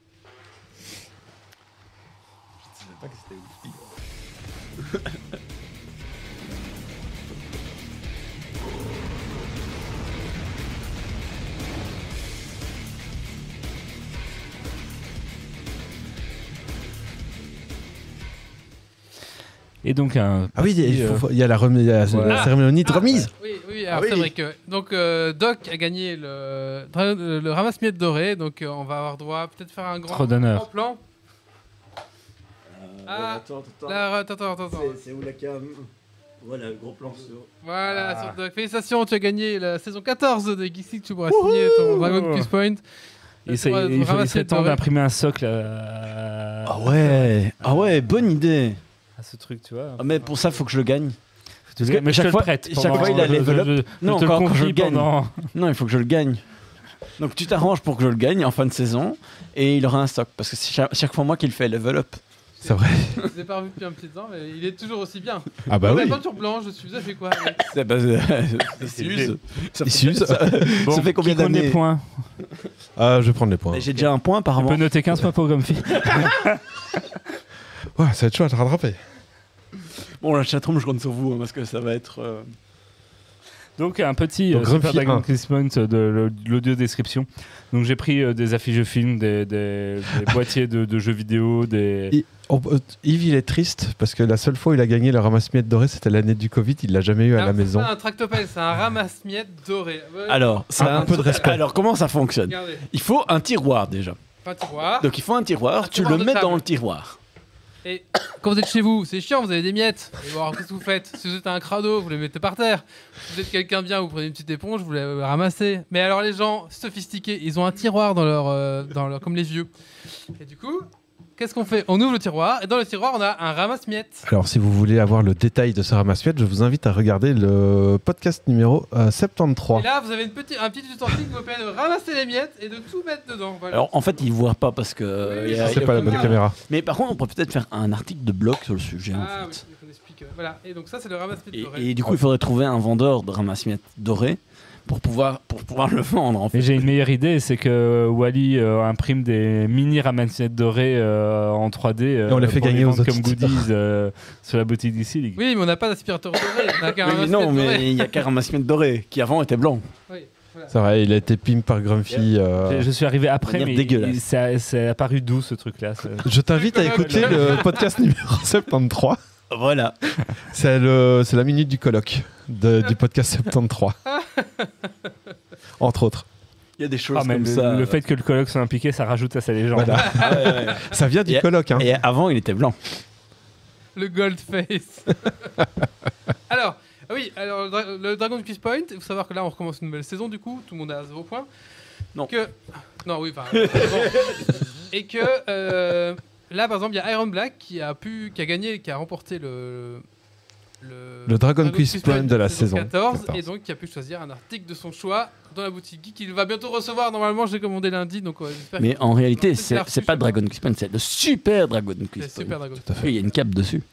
Et donc, un. Ah oui, il y a- il faut- il y a la, remi- la- la voilà. cérémonie de Ah, remise. Oui, oui, alors Ah oui. c'est vrai que. Donc euh, Doc a gagné le, dra- euh, le ramasse-miettes doré, donc euh, on va avoir droit à peut-être faire un grand, Trop d'honneur. grand plan. Ah, Là, attends, attends, attends. attends. où la cam Voilà, le gros plan sur. Voilà, Ah. sur Doc. Félicitations, tu as gagné la saison 14 de Geeks League, tu pourras signer ton Dragon Quest Point. Il s'est- Faudra il faut- il ramasser serait le temps doré. d'imprimer un socle à, Ah ouais, ah ouais, bonne idée. à ce truc, tu vois. Ah, mais pour ça, faut que je le gagne. Parce que mais chaque chaque fois- fois, prête chaque fois, il a level up. Non, je te le encore que confie je le gagne. pendant- Non, il faut que je le gagne. Donc tu t'arranges pour que je le gagne en fin de saison et il aura un stock parce que c'est cha- chaque fois moi qui le fais level up. C'est vrai. Je l'ai pas revu depuis un petit temps, mais il est toujours aussi bien. Ah bah la oui. peinture blanche, je suis vous avez fait quoi avec C'est bah, euh, il s'use. Ça fait- ça- Bon, fait combien qui compte les d'années points Ah, je vais prendre les points. Mais J'ai déjà un point par On peut mois. noter 15 points pour Grumpy. Ouais, ça va être chaud à te rattraper. Bon, la chatroom, je compte sur vous hein, parce que ça va être. euh, Donc un petit Donc, euh, Super Grumpy un. Dragon Quiz Point euh, de l'au- de l'audio description. Donc j'ai pris euh, des affiches de films, des, des- des boîtiers de, de jeux vidéo, des... Il- on peut- Yves, il est triste parce que la seule fois où il a gagné le ramasse-miettes doré, c'était l'année du Covid. Il l'a jamais eu à Alors, la Ah, c'est maison. pas un tractopelle, c'est un ramasse-miettes doré. Ouais, Alors, ça- un peu de respect. Alors, comment ça fonctionne Regardez, Il faut un tiroir déjà. un tiroir. Donc, il faut un tiroir, Un tu tiroir le de mets table. dans le tiroir. Et quand vous êtes chez vous, c'est chiant, vous avez des miettes. Et bon, alors, qu'est-ce que vous faites Si vous êtes un crado, vous les mettez par terre. Si vous êtes quelqu'un bien, vous prenez une petite éponge, vous la ramassez. Mais alors, les gens sophistiqués, ils ont un tiroir dans leur, euh, dans leur, comme les vieux. Et du coup, qu'est-ce qu'on fait On ouvre le tiroir, et dans le tiroir, on a un ramasse-miettes. Alors, si vous voulez avoir le détail de ce ramasse-miettes, je vous invite à regarder le podcast numéro euh, Et 73. là, vous avez une petite, un petit ustensile qui vous permet de ramasser les miettes et de tout mettre dedans. Voilà. Alors, en fait, il ne voit pas parce que. euh, Oui, il y ça, a- C'est il y a pas la aucune- bonne caméra. Mais par contre, on pourrait peut-être faire un article de blog sur le sujet. en Ah fait. oui, il faut qu'on explique. euh, Voilà, et donc ça c'est le ramasse-miettes doré. Et, et du coup, il faudrait trouver un vendeur de ramasse-miettes doré pour pouvoir, pour pouvoir le vendre, en Et fait. j'ai une meilleure idée, c'est que Wally euh, imprime des mini ramassettes dorées euh, en 3D. euh, Et on les fait pour gagner aux vendre comme auditeurs. goodies euh, sur la boutique d'ici. les gars. Oui, mais on n'a pas d'aspirateur doré, on n'a qu'un Oui, mais ramasse-miettes non, doré. mais il y a qu'un ramasse-miettes doré qui avant était blanc. Oui, voilà. C'est vrai, il a été pim par Grumpy. euh, Je- Je suis arrivé après, Manière mais dégueulasse. il- ça- c'est apparu d'où ce truc-là ça- Je t'invite à écouter le podcast numéro 73. Voilà. C'est le- c'est la minute du colloque de- du podcast 73. Entre autres. Il y a des choses Ah, mais comme le, ça. le fait que le colloque soit impliqué, ça rajoute à sa légende. Voilà. Ah ouais, ouais. Ça vient du Et- colloque. Hein. Et avant, il était blanc. Le gold face. alors, ah oui, alors le, dra- le Dragon Quiz Point, il faut savoir que là on recommence une nouvelle saison du coup, tout le monde a 0 points. Non. Que... Non, oui, enfin, bon. Et que euh, là par exemple, il y a Iron Black qui a pu qui a gagné, qui a remporté le le, Le Dragon Quiz Point de la saison 14, 14. et donc qui a pu choisir un article de son choix dans la boutique Geek qu'il va bientôt recevoir normalement, j'ai commandé lundi donc euh, j'espère Mais en réalité, c'est L'article, c'est pas Dragon Quest Point, c'est le super Dragon que c'est Quest Point. super Dragon Tout à Il y a une cape dessus.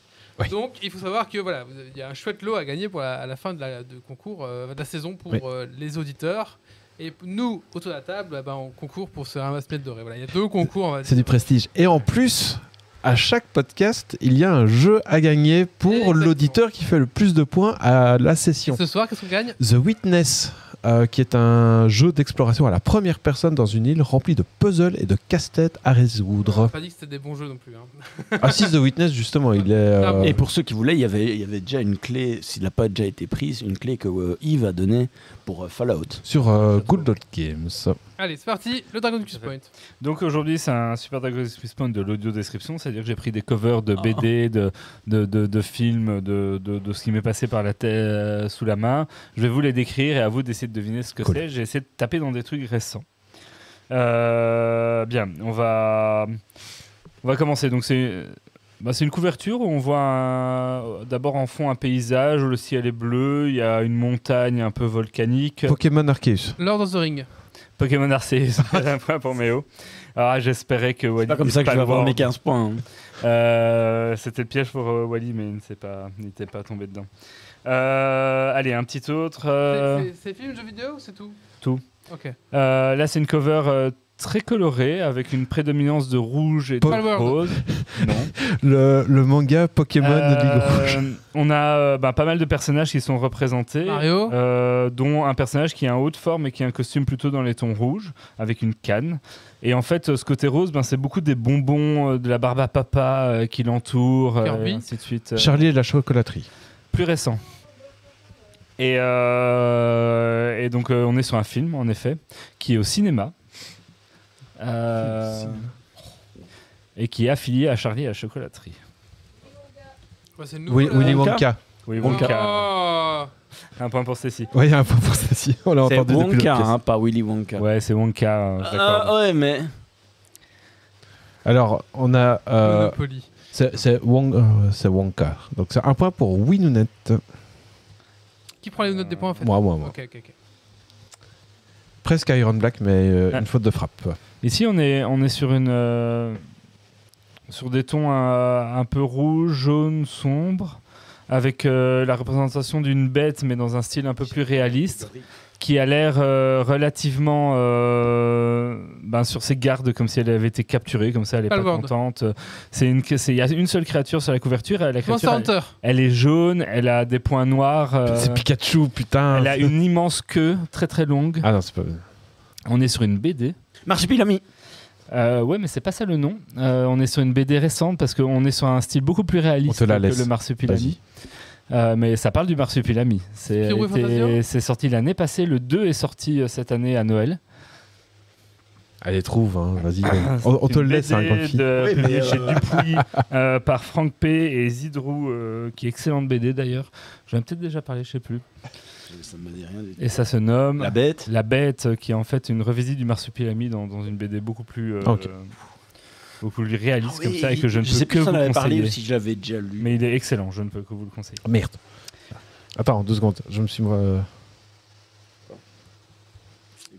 Donc, il faut savoir que voilà, vous avez- il y a un chouette lot à gagner pour la, à la fin de la de concours euh, de la saison pour Oui. euh, les auditeurs. Et p- nous, autour de la table, eh ben, on concourt pour se ramasse-miettes doré. Voilà, il y a deux concours. on va C'est dire. du prestige. Et en plus, à chaque podcast, il y a un jeu à gagner pour Exactement. l'auditeur qui fait le plus de points à la session. Ce soir, qu'est-ce qu'on gagne The Witness, euh, qui est un jeu d'exploration à la première personne dans une île remplie de puzzles et de casse-têtes à On n'a résoudre. pas dit que c'était des bons jeux non plus. hein. ah, si, The Witness, justement, il est. euh, Et pour ceux qui voulaient, il y avait, il y avait déjà une clé, s'il n'a pas déjà été prise, une clé que euh, Yves a donnée pour euh, Fallout. Sur euh, Good Old Games. Allez, c'est parti, le Dragon Quest Point. Donc aujourd'hui, c'est un super Dragon Spawn de l'audio description, c'est-à-dire que j'ai pris des covers de BD, de, de, de, de films, de, de, de ce qui m'est passé par la tête euh, sous la main. Je vais vous les décrire et à vous d'essayer de deviner ce que Cool. c'est. J'ai essayé de taper dans des trucs récents. Euh, bien, on va, on va commencer. Donc c'est bah, c'est une couverture où on voit un- d'abord en fond un paysage où le ciel est bleu, il y a une montagne un peu volcanique. Pokémon Arceus. Lord of the Ring. Pokémon Arceus, un point pour Méo. Ah, j'espérais que Wally C'est pas comme ça que je vais le avoir voir. mes 15 points. hein. Euh, C'était le piège pour euh, Wally, mais il n'était pas, il n'était pas tombé dedans. Euh, allez, un petit autre. euh, C'est- c'est- C'est film, jeu vidéo ou c'est tout Tout. Ok. euh, là, c'est une cover euh, très colorée avec une prédominance de rouge et de Palworld. rose. Non. Le, le manga Pokémon Ligue Rouge. Euh, on a euh, bah, pas mal de personnages qui sont représentés. Mario Euh, dont un personnage qui a un haut de forme et qui a un costume plutôt dans les tons rouges, avec une canne. Et en fait, euh, ce côté rose, ben, c'est beaucoup des bonbons euh, de la barbe à papa euh, qui l'entoure, euh, Kirby. et ainsi de suite. euh, Charlie et la chocolaterie. plus récent. Et, euh, et donc, euh, on est sur un film, en effet, qui est au cinéma. Euh, et qui est affilié à Charlie et la chocolaterie. Ouais, C'est le nouveau, Oui, là. Willy Wonka. Wonka. Oui, Wonka. Wonka. Oh. Un point pour Stacy. Oui, il y a un point pour ça, si. On l'a C'est entendu depuis Wonka, l'autre pièce. hein, pas Willy Wonka. Ouais, c'est Wonka. euh, je l'accorde. Ah, ouais, mais. Alors, on a. euh, Monopoly. c'est c'est Wong- euh, c'est Wonka. Donc, c'est un point pour Winounet. Qui prend les notes des points en fait Moi, moi, moi. Ok, ok, ok. Presque Iron Black, mais euh, Ah. une faute de frappe. Ici, on est, on est sur une. euh, sur des tons euh, un peu rouge, jaune, sombre, avec euh, la représentation d'une bête, mais dans un style un peu plus réaliste, qui a l'air euh, relativement euh, ben, sur ses gardes, comme si elle avait été capturée, comme ça elle est pas Palworld. contente. C'est une, c'est- il y a une seule créature sur la couverture, et la Monster créature, elle, Hunter. elle est jaune, elle a des points noirs, euh, C'est Pikachu, putain. elle a une immense queue très très longue. Ah non, c'est pas. On est sur une BD. Marsupilami. Euh, ouais, mais c'est pas ça le nom. Euh, on est sur une BD récente parce qu'on est sur un style beaucoup plus On réaliste te la que laisse. le Vas-y. Marsupilami. Euh, mais ça parle du Marsupilami. C'est Spirou et été- Fantasio c'est sorti l'année passée. Le 2 est sorti euh, cette année à Noël. Allez, trouve, hein, vas-y. Ah, on, on te le laisse, hein, grand fille. de, Oui, mais, publié chez euh, Dupuis, euh, par Franck P et Zidrou, euh, qui est excellente BD d'ailleurs. J'en ai peut-être déjà parlé, je sais plus. Ça me dit rien du tout. Et ça se nomme La bête. La Bête, euh, qui est en fait une revisite du Marsupilami dans, dans une BD beaucoup plus. euh, Ok. beaucoup plus réaliste Ah comme oui, ça et que je ne sais plus peux que si vous on en avait parlé conseiller. ou si je l'avais déjà lu. Mais il est excellent, je ne peux que vous le conseiller. Merde. Attends, deux secondes. Je me suis. euh,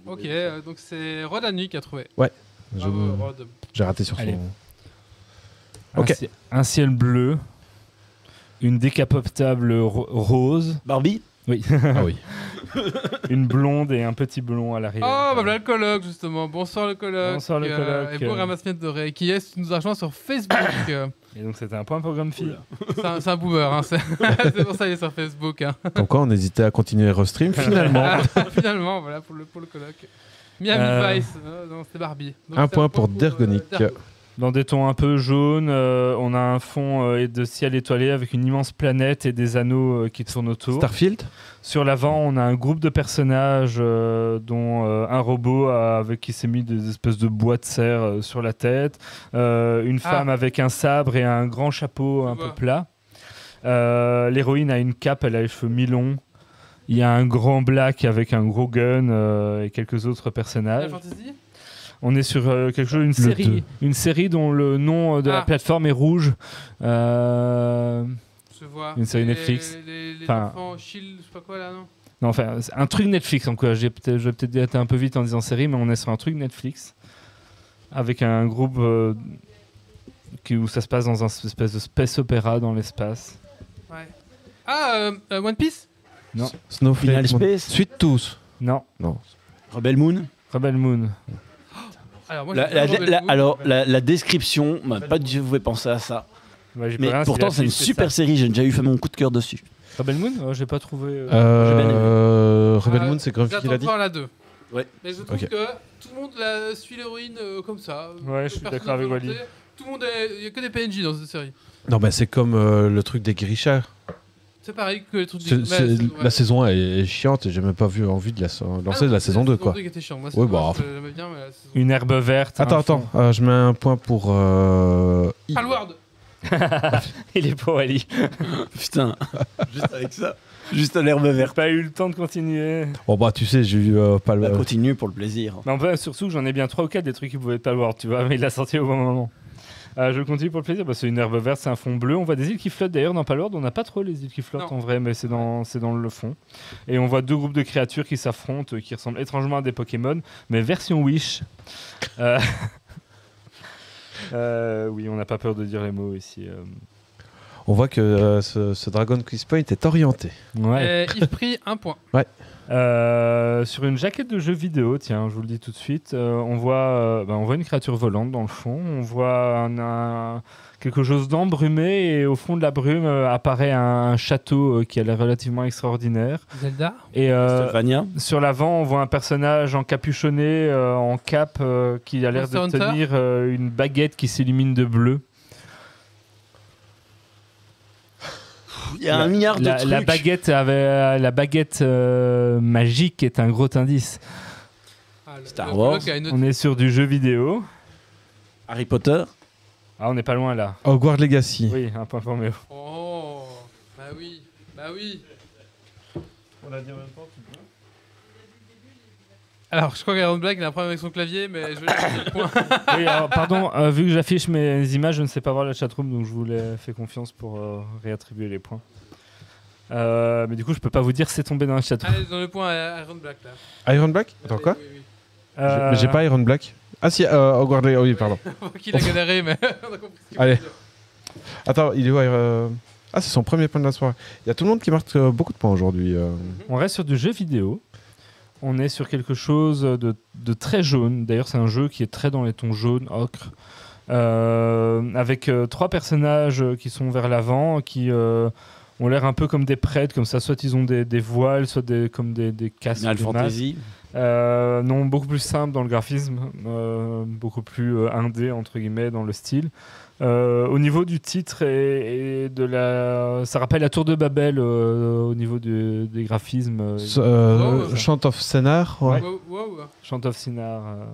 Ok, euh, donc c'est Rod Anu qui a trouvé. je- Bravo, Rod. J'ai raté sur Ah, Allez. son. Un Ok. ci- Un, ciel bleu, une décapotable ro- rose, Barbie Ah oui. une blonde et un petit blond à l'arrière. Oh, bah voilà le colloque, justement. Bonsoir le colloque. Ah. Bonsoir, le Euh, colloque. Et beau ramasse-miettes dorées. Qui est, tu nous as rejoint sur Facebook. Euh, Et donc c'était un point pour Grumpy. c'est un, c'est un boomer, hein. c'est c'est pour ça qu'il est sur Facebook. hein. Comme quoi, on hésitait à continuer Restream. Finalement, Finalement, voilà pour le, pour le colloque. Miami Euh. Vice, euh, non, c'est Barbie. Donc, un c'est point pour Dergonic. euh, Der- Dans des tons un peu jaunes, euh, on a un fond euh, de ciel étoilé avec une immense planète et des anneaux euh, qui tournent autour. Starfield Sur l'avant, on a un groupe de personnages, euh, dont euh, un robot euh, avec qui s'est mis des espèces de bois de serre euh, sur la tête, euh, une Ah. femme avec un sabre et un grand chapeau un vois. peu plat. Euh, L'héroïne a une cape, elle a les cheveux mi-longs. Il y a un grand black avec un gros gun euh, et quelques autres Final personnages. Fantasy On est sur euh, quelque chose, une deux. série, une série dont le nom euh, de la Ah. plateforme est rouge. Euh, Je vois. Une série Les- Netflix. Les, les Enfin- enfants Shield, je sais pas quoi là, non Non, enfin, c'est un truc Netflix. Donc, euh, j'ai peut-être, je vais peut-être être un peu vite en disant série, mais on est sur un truc Netflix avec un groupe euh, qui, où ça se passe dans un espèce de space opéra dans l'espace. Ouais. Ah, euh, euh, One Piece Non. Snowflake Final Mon- Space Suite tous. Non, Non. Rebel Moon Rebel Moon. Alors, moi, La- j'ai la- vraiment la- le goût. Alors, la, la description m'a pas du tout fait penser à ça. Ouais, j'ai pas Mais rien, pourtant, la c'est une fiche, super ça. série. J'ai déjà eu fait mon coup de cœur dessus. Rebel Moon Euh, J'ai pas trouvé. euh, bien aimé. Euh, Rebel Ah, Moon, c'est comme qui J'attends l'a de dit. voir la 2. Ouais. Mais je trouve que Ok. tout le monde la- suit l'héroïne euh, comme ça. Ouais, je suis Personne d'accord n'a avec présenté. Wally. Tout le monde est. Il n'y a que des PNJ dans cette série. Non, mais c'est comme euh, le truc des Grisha. C'est pareil que les trucs C'est- du- c'est- ouais, ouais. La saison 1 est chiante et j'ai même pas vu envie de la so- Ah lancer non, de la saison 2, quoi. qui était chiant. Moi, Ouais, c'est bah, moi, je l'aimais bien, mais la saison- Une herbe verte. Attends, un attends, fond. euh, je mets un point pour. euh, I. Palward Il est pour Ali. Putain, juste avec ça. Juste à l'herbe J'ai verte. pas eu le temps de continuer. Bon, bah, tu sais, j'ai eu euh, pas Bah, le. continue pour le plaisir. Mais en fait, surtout, j'en ai bien 3 ou 4 des trucs qu'il pouvait pas voir, tu vois, mais il l'a sorti au bon moment. Euh, je continue pour le plaisir, parce que c'est une herbe verte, c'est un fond bleu. On voit des îles qui flottent d'ailleurs dans Palworld. On n'a pas trop les îles qui flottent Non. en vrai, mais c'est dans, c'est dans le fond. Et on voit deux groupes de créatures qui s'affrontent, euh, qui ressemblent étrangement à des Pokémon, mais version Wish. Euh, euh, oui, on n'a pas peur de dire les mots ici. euh. On voit que euh, ce, ce Dragon Quiz Point est orienté. Ouais. Et Yves Pris, un point. Euh, sur une jaquette de jeu vidéo, tiens, je vous le dis tout de suite, euh, on, voit, euh, bah, on voit une créature volante dans le fond, on voit un- un- quelque chose d'embrumé et au fond de la brume euh, apparaît un, château euh, qui a l'air relativement extraordinaire. Zelda Et euh, Castlevania. sur l'avant, on voit un personnage encapuchonné, euh, en cape, euh, qui a l'air de Monster Hunter tenir euh, une baguette qui s'illumine de bleu. Il y a un milliard de La, trucs. la baguette, avait, la baguette euh, magique est un gros indice. Ah, le- Star le Wars. bloc a une autre- On est sur du jeu vidéo. Harry Potter. Ah, on n'est pas loin là. Hogwarts Legacy. Oui, un point pour Méo. Oh Bah oui Bah oui Alors, je crois qu'Aaron Black il a un problème avec son clavier, mais je vais lui donner le point. Oui, alors, pardon, euh, vu que j'affiche mes images, je ne sais pas voir la chatroom, donc je vous l'ai fait confiance pour euh, réattribuer les points. Euh, mais du coup, je peux pas vous dire c'est tombé dans la chatroom. Allez, donne le point à Aaron Black là. Iron Black Attends, quoi Oui, oui, J'ai- Euh, mais J'ai pas Iron Black. Ah, si, euh, Hogwarts Legacy. Oui, pardon. oui. On voit qu'il a galéré, mais on a compris ce qu'il Allez. voulait dire. Attends, il est où euh, Ah, c'est son premier point de la soirée. Il y a tout le monde qui marque euh, beaucoup de points aujourd'hui. euh. On reste sur du jeu vidéo. On est sur quelque chose de, de très jaune. D'ailleurs, c'est un jeu qui est très dans les tons jaunes, ocre. Euh, avec euh, trois personnages euh, qui sont vers l'avant, qui euh, ont l'air un peu comme des prêtres, comme ça. Soit ils ont des, des voiles, soit des, comme des, des casques. Final des masques. Fantasy. Euh, non, beaucoup plus simple dans le graphisme, euh, beaucoup plus euh, indé entre guillemets dans le style. Euh, au niveau du titre et, et de la, ça rappelle la Tour de Babel euh, au niveau du- des graphismes. euh, Ce- euh, Oh, ouais. Chant of Senar. ouais. Wow, wow. Chant of Sinar. euh.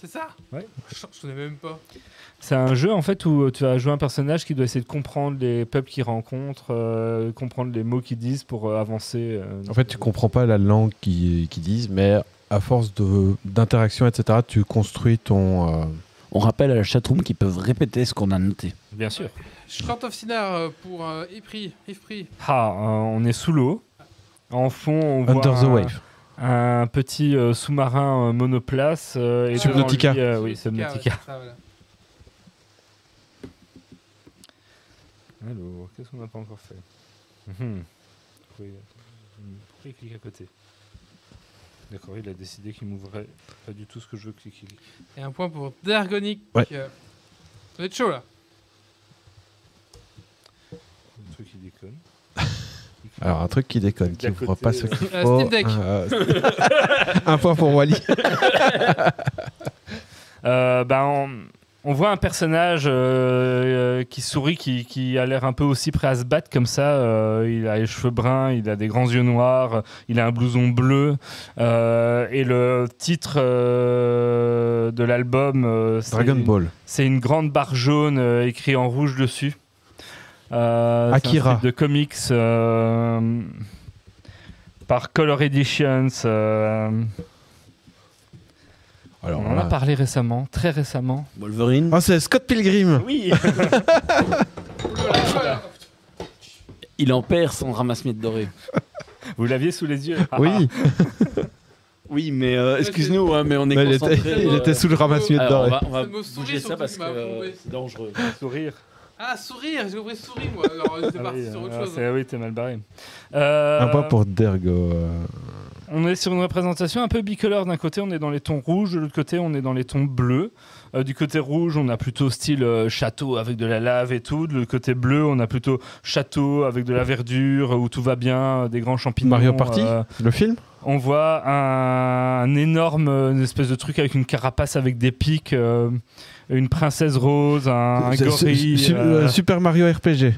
C'est ça Ouais. Je je connais même pas. C'est un jeu en fait où euh, tu vas jouer un personnage qui doit essayer de comprendre les peuples qu'il rencontre, euh, comprendre les mots qu'ils disent pour euh, avancer. euh, En fait, tu comprends pas la langue qu'ils qu'ils disent, mais à force de- d'interaction, etc., tu construis ton. euh, On rappelle à la chatroom qu'ils peuvent répéter ce qu'on a noté. Bien sûr. Short of Sinar euh, pour euh, Ypres, Ypres. Ah, euh, on est sous l'eau. En fond, on voit Under the un- Wave. un petit euh, sous-marin euh, monoplace euh, et Subnautica. devant lui, euh, oui, Subnautica. ouais, ça, voilà. Alors, qu'est-ce qu'on n'a pas encore fait Mhm. Pourquoi il a- Pourquoi il clique à côté D'accord, il a décidé qu'il m'ouvrait pas du tout ce que je veux cliquer. Et un point pour Dargonic. Ouais. Euh, Vous êtes chaud là Le truc il déconne. Alors, un truc qui déconne, qui D'à ouvre côté, pas ce euh, qu'il Euh, faut. Steam Deck. Euh, un point pour Wally. Euh, bah, on, on voit un personnage euh, euh, qui sourit, qui, qui a l'air un peu aussi prêt à se battre comme ça. Euh, il a les cheveux bruns, il a des grands yeux noirs, euh, il a un blouson bleu. Euh, et le titre euh, de l'album, euh, c'est Dragon une- Ball. c'est une grande barre jaune euh, écrite en rouge dessus. Euh, c'est un Akira. strip de comics euh, par Color Editions. euh, Alors, on en a euh, parlé récemment, très récemment. Wolverine. Ah, c'est Scott Pilgrim. Oui. Il en perd son ramasse-miettes doré. Vous l'aviez sous les yeux. Oui, Oui, mais euh, excuse-nous, hein, mais on est mais il concentrés. était, il euh, était sous le ramassier Alors, on doré. va, on va Ce mot souris, bouger ça surtout, parce qui que m'a euh, plombé. c'est dangereux. Sourire. Ah, sourire, j'ai compris souris moi. Alors, euh, c'est Ah parti oui, sur hein. euh, autre chose. c'est- ah oui, t'es mal barré. Euh, Un point pour Dergo. euh, On on est sur une représentation un peu bicolore. D'un côté, on est dans les tons rouges, de l'autre côté, on est dans les tons bleus. Euh, du côté rouge, on a plutôt style euh, château avec de la lave et tout. De l'autre côté bleu, on a plutôt château avec de la verdure où tout va bien, euh, des grands champignons. Mario Party euh, Le film on voit un, un énorme euh, une espèce de truc avec une carapace avec des pics, euh, une princesse rose, un, un C'est- c'est- gorille, su- euh, euh, Super Mario RPG.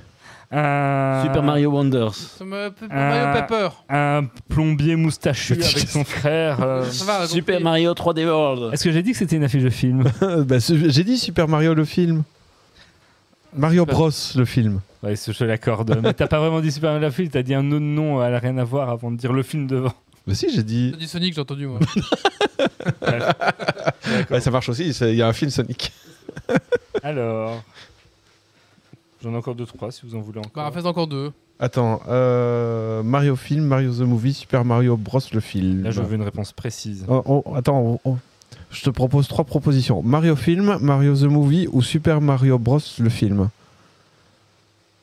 un, Super Mario Wonders. Ça me fait Euh. Mario Paper. un plombier moustachu avec son frère. euh. Ça va, donc, Super et- Mario 3D World. Est-ce que j'ai dit que c'était une affiche de film Bah, su- J'ai dit Super Mario le film. Mario Super- Bros le film. Ouais, ce- je l'accorde. Mais t'as pas vraiment dit Super Mario Film, t'as dit un autre nom, elle a rien à voir avant de dire le film devant. Bah si j'ai dit. J'ai dit Sonic, j'ai entendu moi. Ouais, ça marche aussi, c'est- il y a un film Sonic. Alors. J'en ai encore deux, trois si vous en voulez bah, encore. en fait, encore deux. Attends, euh, Mario film, Mario the Movie, Super Mario Bros le film. Là, je veux une réponse précise. Oh, oh, attends, oh, oh. je te propose trois propositions. Mario film, Mario the Movie ou Super Mario Bros le film.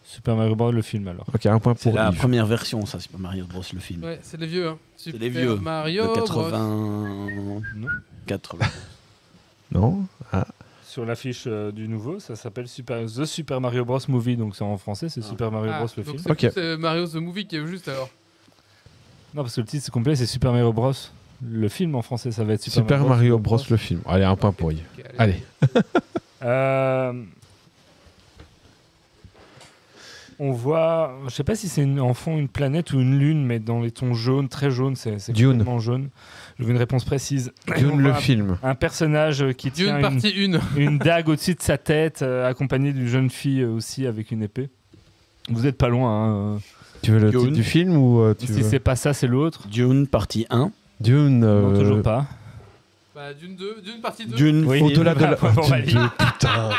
Super Mario Bros. le film alors. Ok, un point C'est pour la Yves. première version, ça, Super Mario Bros. le film. Ouais, c'est les vieux. Hein. Super les vieux, Mario. De Bros. 80. Non. 80. Non Sur l'affiche euh, du nouveau, ça s'appelle Super... The Super Mario Bros. Movie, donc c'est en français, c'est Ah. Super Mario Ah, Bros. le donc film. c'est Ok. plus, euh, Mario the Movie qui est juste alors. Non, parce que le titre c'est complet, c'est Super Mario Bros. Le film en français, ça va être Super, Super, Mario Bros le film. Allez, un point pour Yves. Ok, allez. Allez. Euh, On voit, je sais pas si c'est une- en fond une planète ou une lune, mais dans les tons jaunes, très jaunes, c'est c'est Dune. complètement jaune. Je veux une réponse précise. On Dune le voit film. Un personnage euh, qui Dune tient une, partie 1. une dague au-dessus de sa tête, euh, accompagnée d'une jeune fille euh, aussi avec une épée. Vous êtes pas loin. hein, euh. Tu veux le Dune. titre du film ou euh, tu Si veux... c'est pas ça, c'est l'autre. Dune, partie 1. Dune. Non, euh, toujours pas. Bah, Dune 2, Dune partie 2. Dune, Oui. film. Au-delà de la. Ah, bon, Dune allez. 2, putain.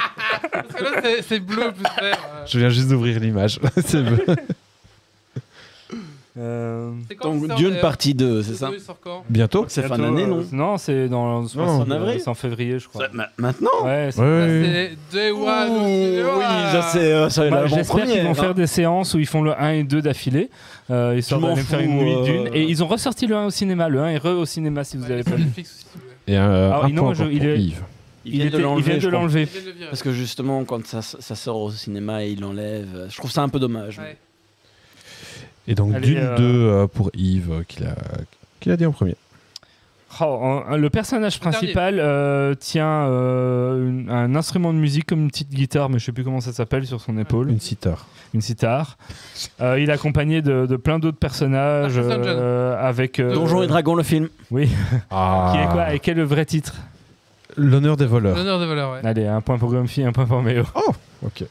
Parce que là, c'est- c'est bleu plus vert. euh. Je viens juste d'ouvrir l'image. C'est bon. Euh, C'est quand Donc, ça sort, Dune d'ailleurs partie 2, Le c'est ça deux, il sort quand Bientôt C'est fin bientôt, d'année, euh, non Non, c'est dans Non, en avril c'est en février, je crois. Ça- ma- Maintenant Ouais, c'est- Ouais, Là, ouais, ouais. C'est Day One. aussi. Ouh, Oui, Ouah. ça c'est euh, ça, Moi, la Bah, J'espère qu'ils première, vont hein. faire des séances où ils font le 1 et 2 d'affilée. Euh, ils m'en d'aller me faire une fous, nuit euh. d'une. Et ils ont ressorti le 1 au cinéma. Le 1 est re au cinéma si vous Ouais, avez c'est pas vu. Netflix aussi, ouais. Et un, euh, Ah oui, un non, point je- encore il pour est- Yves. Ils Il viennent de était- il l'enlever. vient je de crois. l'enlever. Ils viennent de le virer. Parce que justement, quand ça, ça sort au cinéma et ils l'enlèvent, euh, je trouve ça un peu dommage. Ouais. Et donc Allez, Dune euh, 2 euh, pour Yves euh, qui l'a qui l'a dit en premier. Oh, en- le personnage Le dernier. principal euh, tient euh, une- un instrument de musique comme une petite guitare, mais je sais plus comment ça s'appelle, sur son épaule. Une sitar. Une sitar. Euh, il est accompagné de, de plein d'autres personnages. Marcus Sandgren. euh, avec. euh, Donjons et Dragons, le film. Ah. Qui est quoi Euh, Et quel est le vrai titre L'honneur des voleurs. L'honneur des valeurs, ouais. Allez, un point pour Grumpy, un point pour Méo. Ok.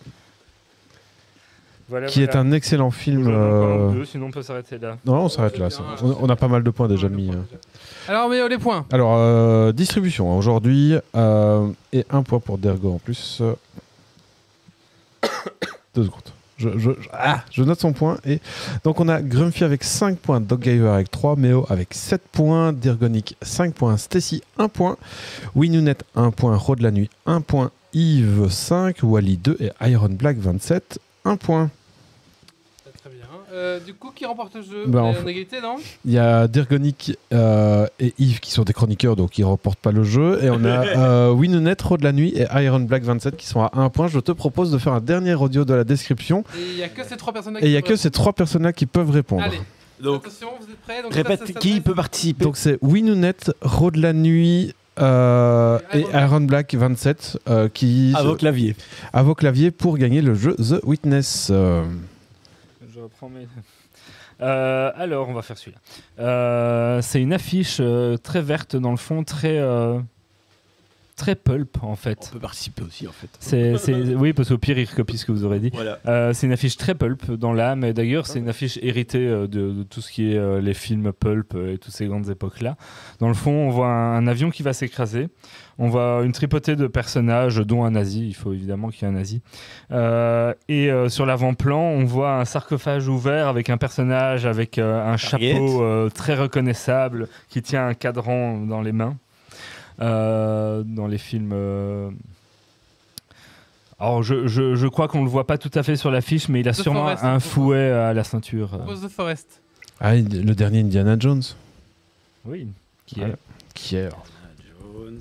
Voilà, Qui est un excellent film. euh, sinon on peut s'arrêter là. Non, on s'arrête là. ça. On, on a pas mal de points déjà mis. hein. Alors, mais euh, les points. Alors, euh, distribution hein, aujourd'hui. euh, et un point pour Dergo en plus. Deux secondes. Je, je- je- ah, je note son point. Et donc, on a Grumpy avec 5 points, Doggiver avec 3, Meo avec 7 points, Dergonic 5 points, Stacy 1 point, Winunet 1 point, Rod la nuit 1 point, Yves 5, Wally 2 et Iron Black 27 1 point. Très bien. Euh, du coup, qui remporte le jeu Bah, On en est fait- en égalité, non Il y a Dergonic euh, et Yves qui sont des chroniqueurs, donc ils remportent pas le jeu. Et on a euh, Winonet, Rod la Nuit et Iron Black 27 qui sont à un point. Je te propose de faire un dernier audio de la description. Et il n'y a que ces trois personnes Et il y a que ces trois personnes-là qui peuvent répondre. bah Allez, Donc, attention, vous êtes prêts Donc, ça, ça, répète, ça, qui ça, peut participer Donc c'est Winonet, Rod la Nuit euh, et Et Iron Iron Black 27 euh, qui À vos claviers. à vos claviers pour gagner le jeu The Witness. euh. Je reprends mes. Euh, alors, on va faire celui-là. Euh, c'est une affiche euh, très verte dans le fond, très euh, très pulp en On fait. peut participer aussi, en fait. C'est, c'est- oui, parce qu'au pire, il recopie ce que vous aurez dit. Voilà. Euh, c'est une affiche très pulp dans l'âme, et d'ailleurs, c'est une affiche héritée euh, de, de tout ce qui est euh, les films pulp euh, et toutes ces grandes époques-là. Dans le fond, on voit un, un avion qui va s'écraser, on voit une tripotée de personnages, dont un nazi, il faut évidemment qu'il y ait un nazi. Euh, et euh, sur l'avant-plan, on voit un sarcophage ouvert avec un personnage avec euh, un Target. chapeau euh, très reconnaissable qui tient un cadran dans les mains. Euh, dans les films. euh, Alors, je, je- je crois qu'on le voit pas tout à fait sur l'affiche, mais il a The sûrement Forest, un pourquoi fouet à la ceinture. euh, Pose the Forest. Ah, le dernier Indiana Jones. Oui. Qui Voilà. est- Qui est Jones,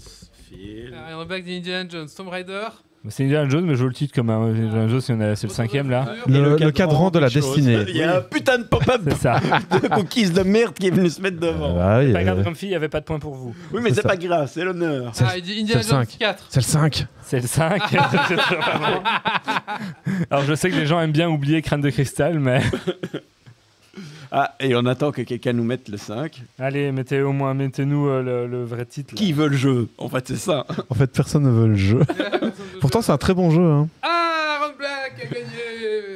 Phil. Iron Back d'Indiana Jones, Tomb Raider. C'est Indiana Jones, mais je veux le titre comme un Indiana Jones, il y en a- c'est le cinquième là. Retour vers Le- futur. le cadran de la quelque chose. destinée. Il y a un putain de pop-up C'est ça. de cookies de merde qui est venu se mettre devant. Ah oui, Pas grave euh, comme fille, il n'y avait pas de point pour vous. oui, mais c'est c'est ça. pas grave, c'est l'honneur. Ah, il dit Indiana c'est Jones le cinq. 4. C'est le 5. C'est le 5. Alors je sais que les gens aiment bien oublier Crâne de Cristal, mais Ah, et on attend que quelqu'un nous mette le 5. allez, mettez au moins, mettez-nous euh, le, le vrai titre. là. Qui veut le jeu En fait, c'est ça. En fait, personne ne veut le jeu. Pourtant, c'est un très bon jeu. hein. Ah, Aaron Black a gagné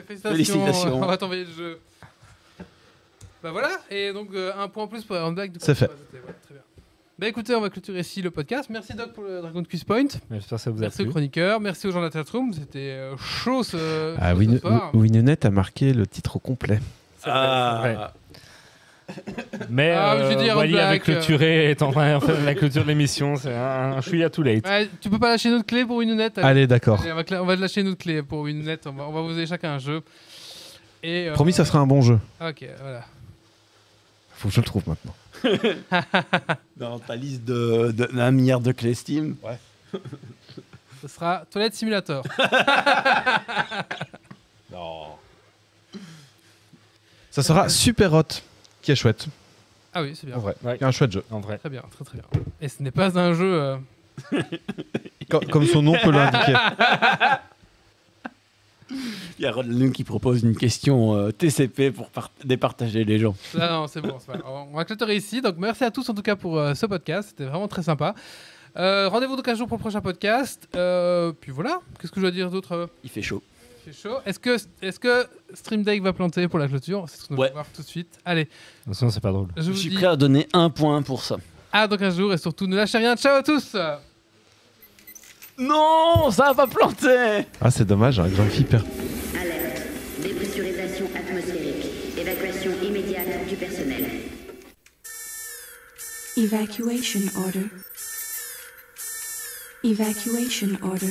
Félicitations, Félicitations. On va t'envoyer le jeu. Bah voilà, et donc euh, un point en plus pour Aaron Black. du coup, C'est fait. c'était- ouais, très bien. Bah écoutez, on va clôturer ici le podcast. Merci Doc pour le Dragon Quiz Point. J'espère que ça vous a Merci aux plu. chroniqueurs. Merci aux gens de la chatroom. C'était euh, chaud ce, Ah, chaud Win- ce soir. Winnet a marqué le titre au complet. Ah, Mais Ah, euh, je veux dire, Wally Black, avec clôturé est en train de faire la clôture de l'émission, c'est un, un chouïa too late. Ouais, tu peux pas lâcher notre clé pour une lunette allez. Allez, d'accord. Allez, on, va cla- on va lâcher notre clé pour une lunette. On va, on va vous donner chacun un jeu. Et, euh, ah, Promis, ça sera un bon jeu. Ok, voilà. Faut que je le trouve maintenant. dans ta liste de, de- d'un milliard de clés Steam. Ce sera Toilette Simulator. Non. Ça sera Super Hot, qui est chouette. Ah oui, c'est bien. En vrai. Ouais. Qui est un chouette jeu. En vrai. Très bien, très très bien. Et ce n'est pas un jeu. euh, Co- Comme son nom peut l'indiquer. Il y a Rodlun qui propose une question euh, TCP pour par- départager les gens. Ah non, c'est bon, c'est pas grave. On va clôturer ici. Donc, merci à tous en tout cas pour euh, ce podcast. C'était vraiment très sympa. Euh, Rendez-vous donc un jour pour le prochain podcast. Euh, puis voilà. Qu'est-ce que je dois dire d'autre euh, Il fait chaud. C'est chaud. Est-ce que, est que Stream Deck va planter pour la clôture C'est ce qu'on va Ouais. voir tout de suite. Allez, Sinon, c'est pas drôle. je Je vous suis dis prêt à donner un point pour ça. à dans 15 jours et surtout ne lâchez rien. Ciao à tous Non, ça va pas planter Ah, c'est dommage, un graphique hyper Alerte. Dépressurisation atmosphérique. Évacuation immédiate du personnel. Evacuation order. Evacuation order.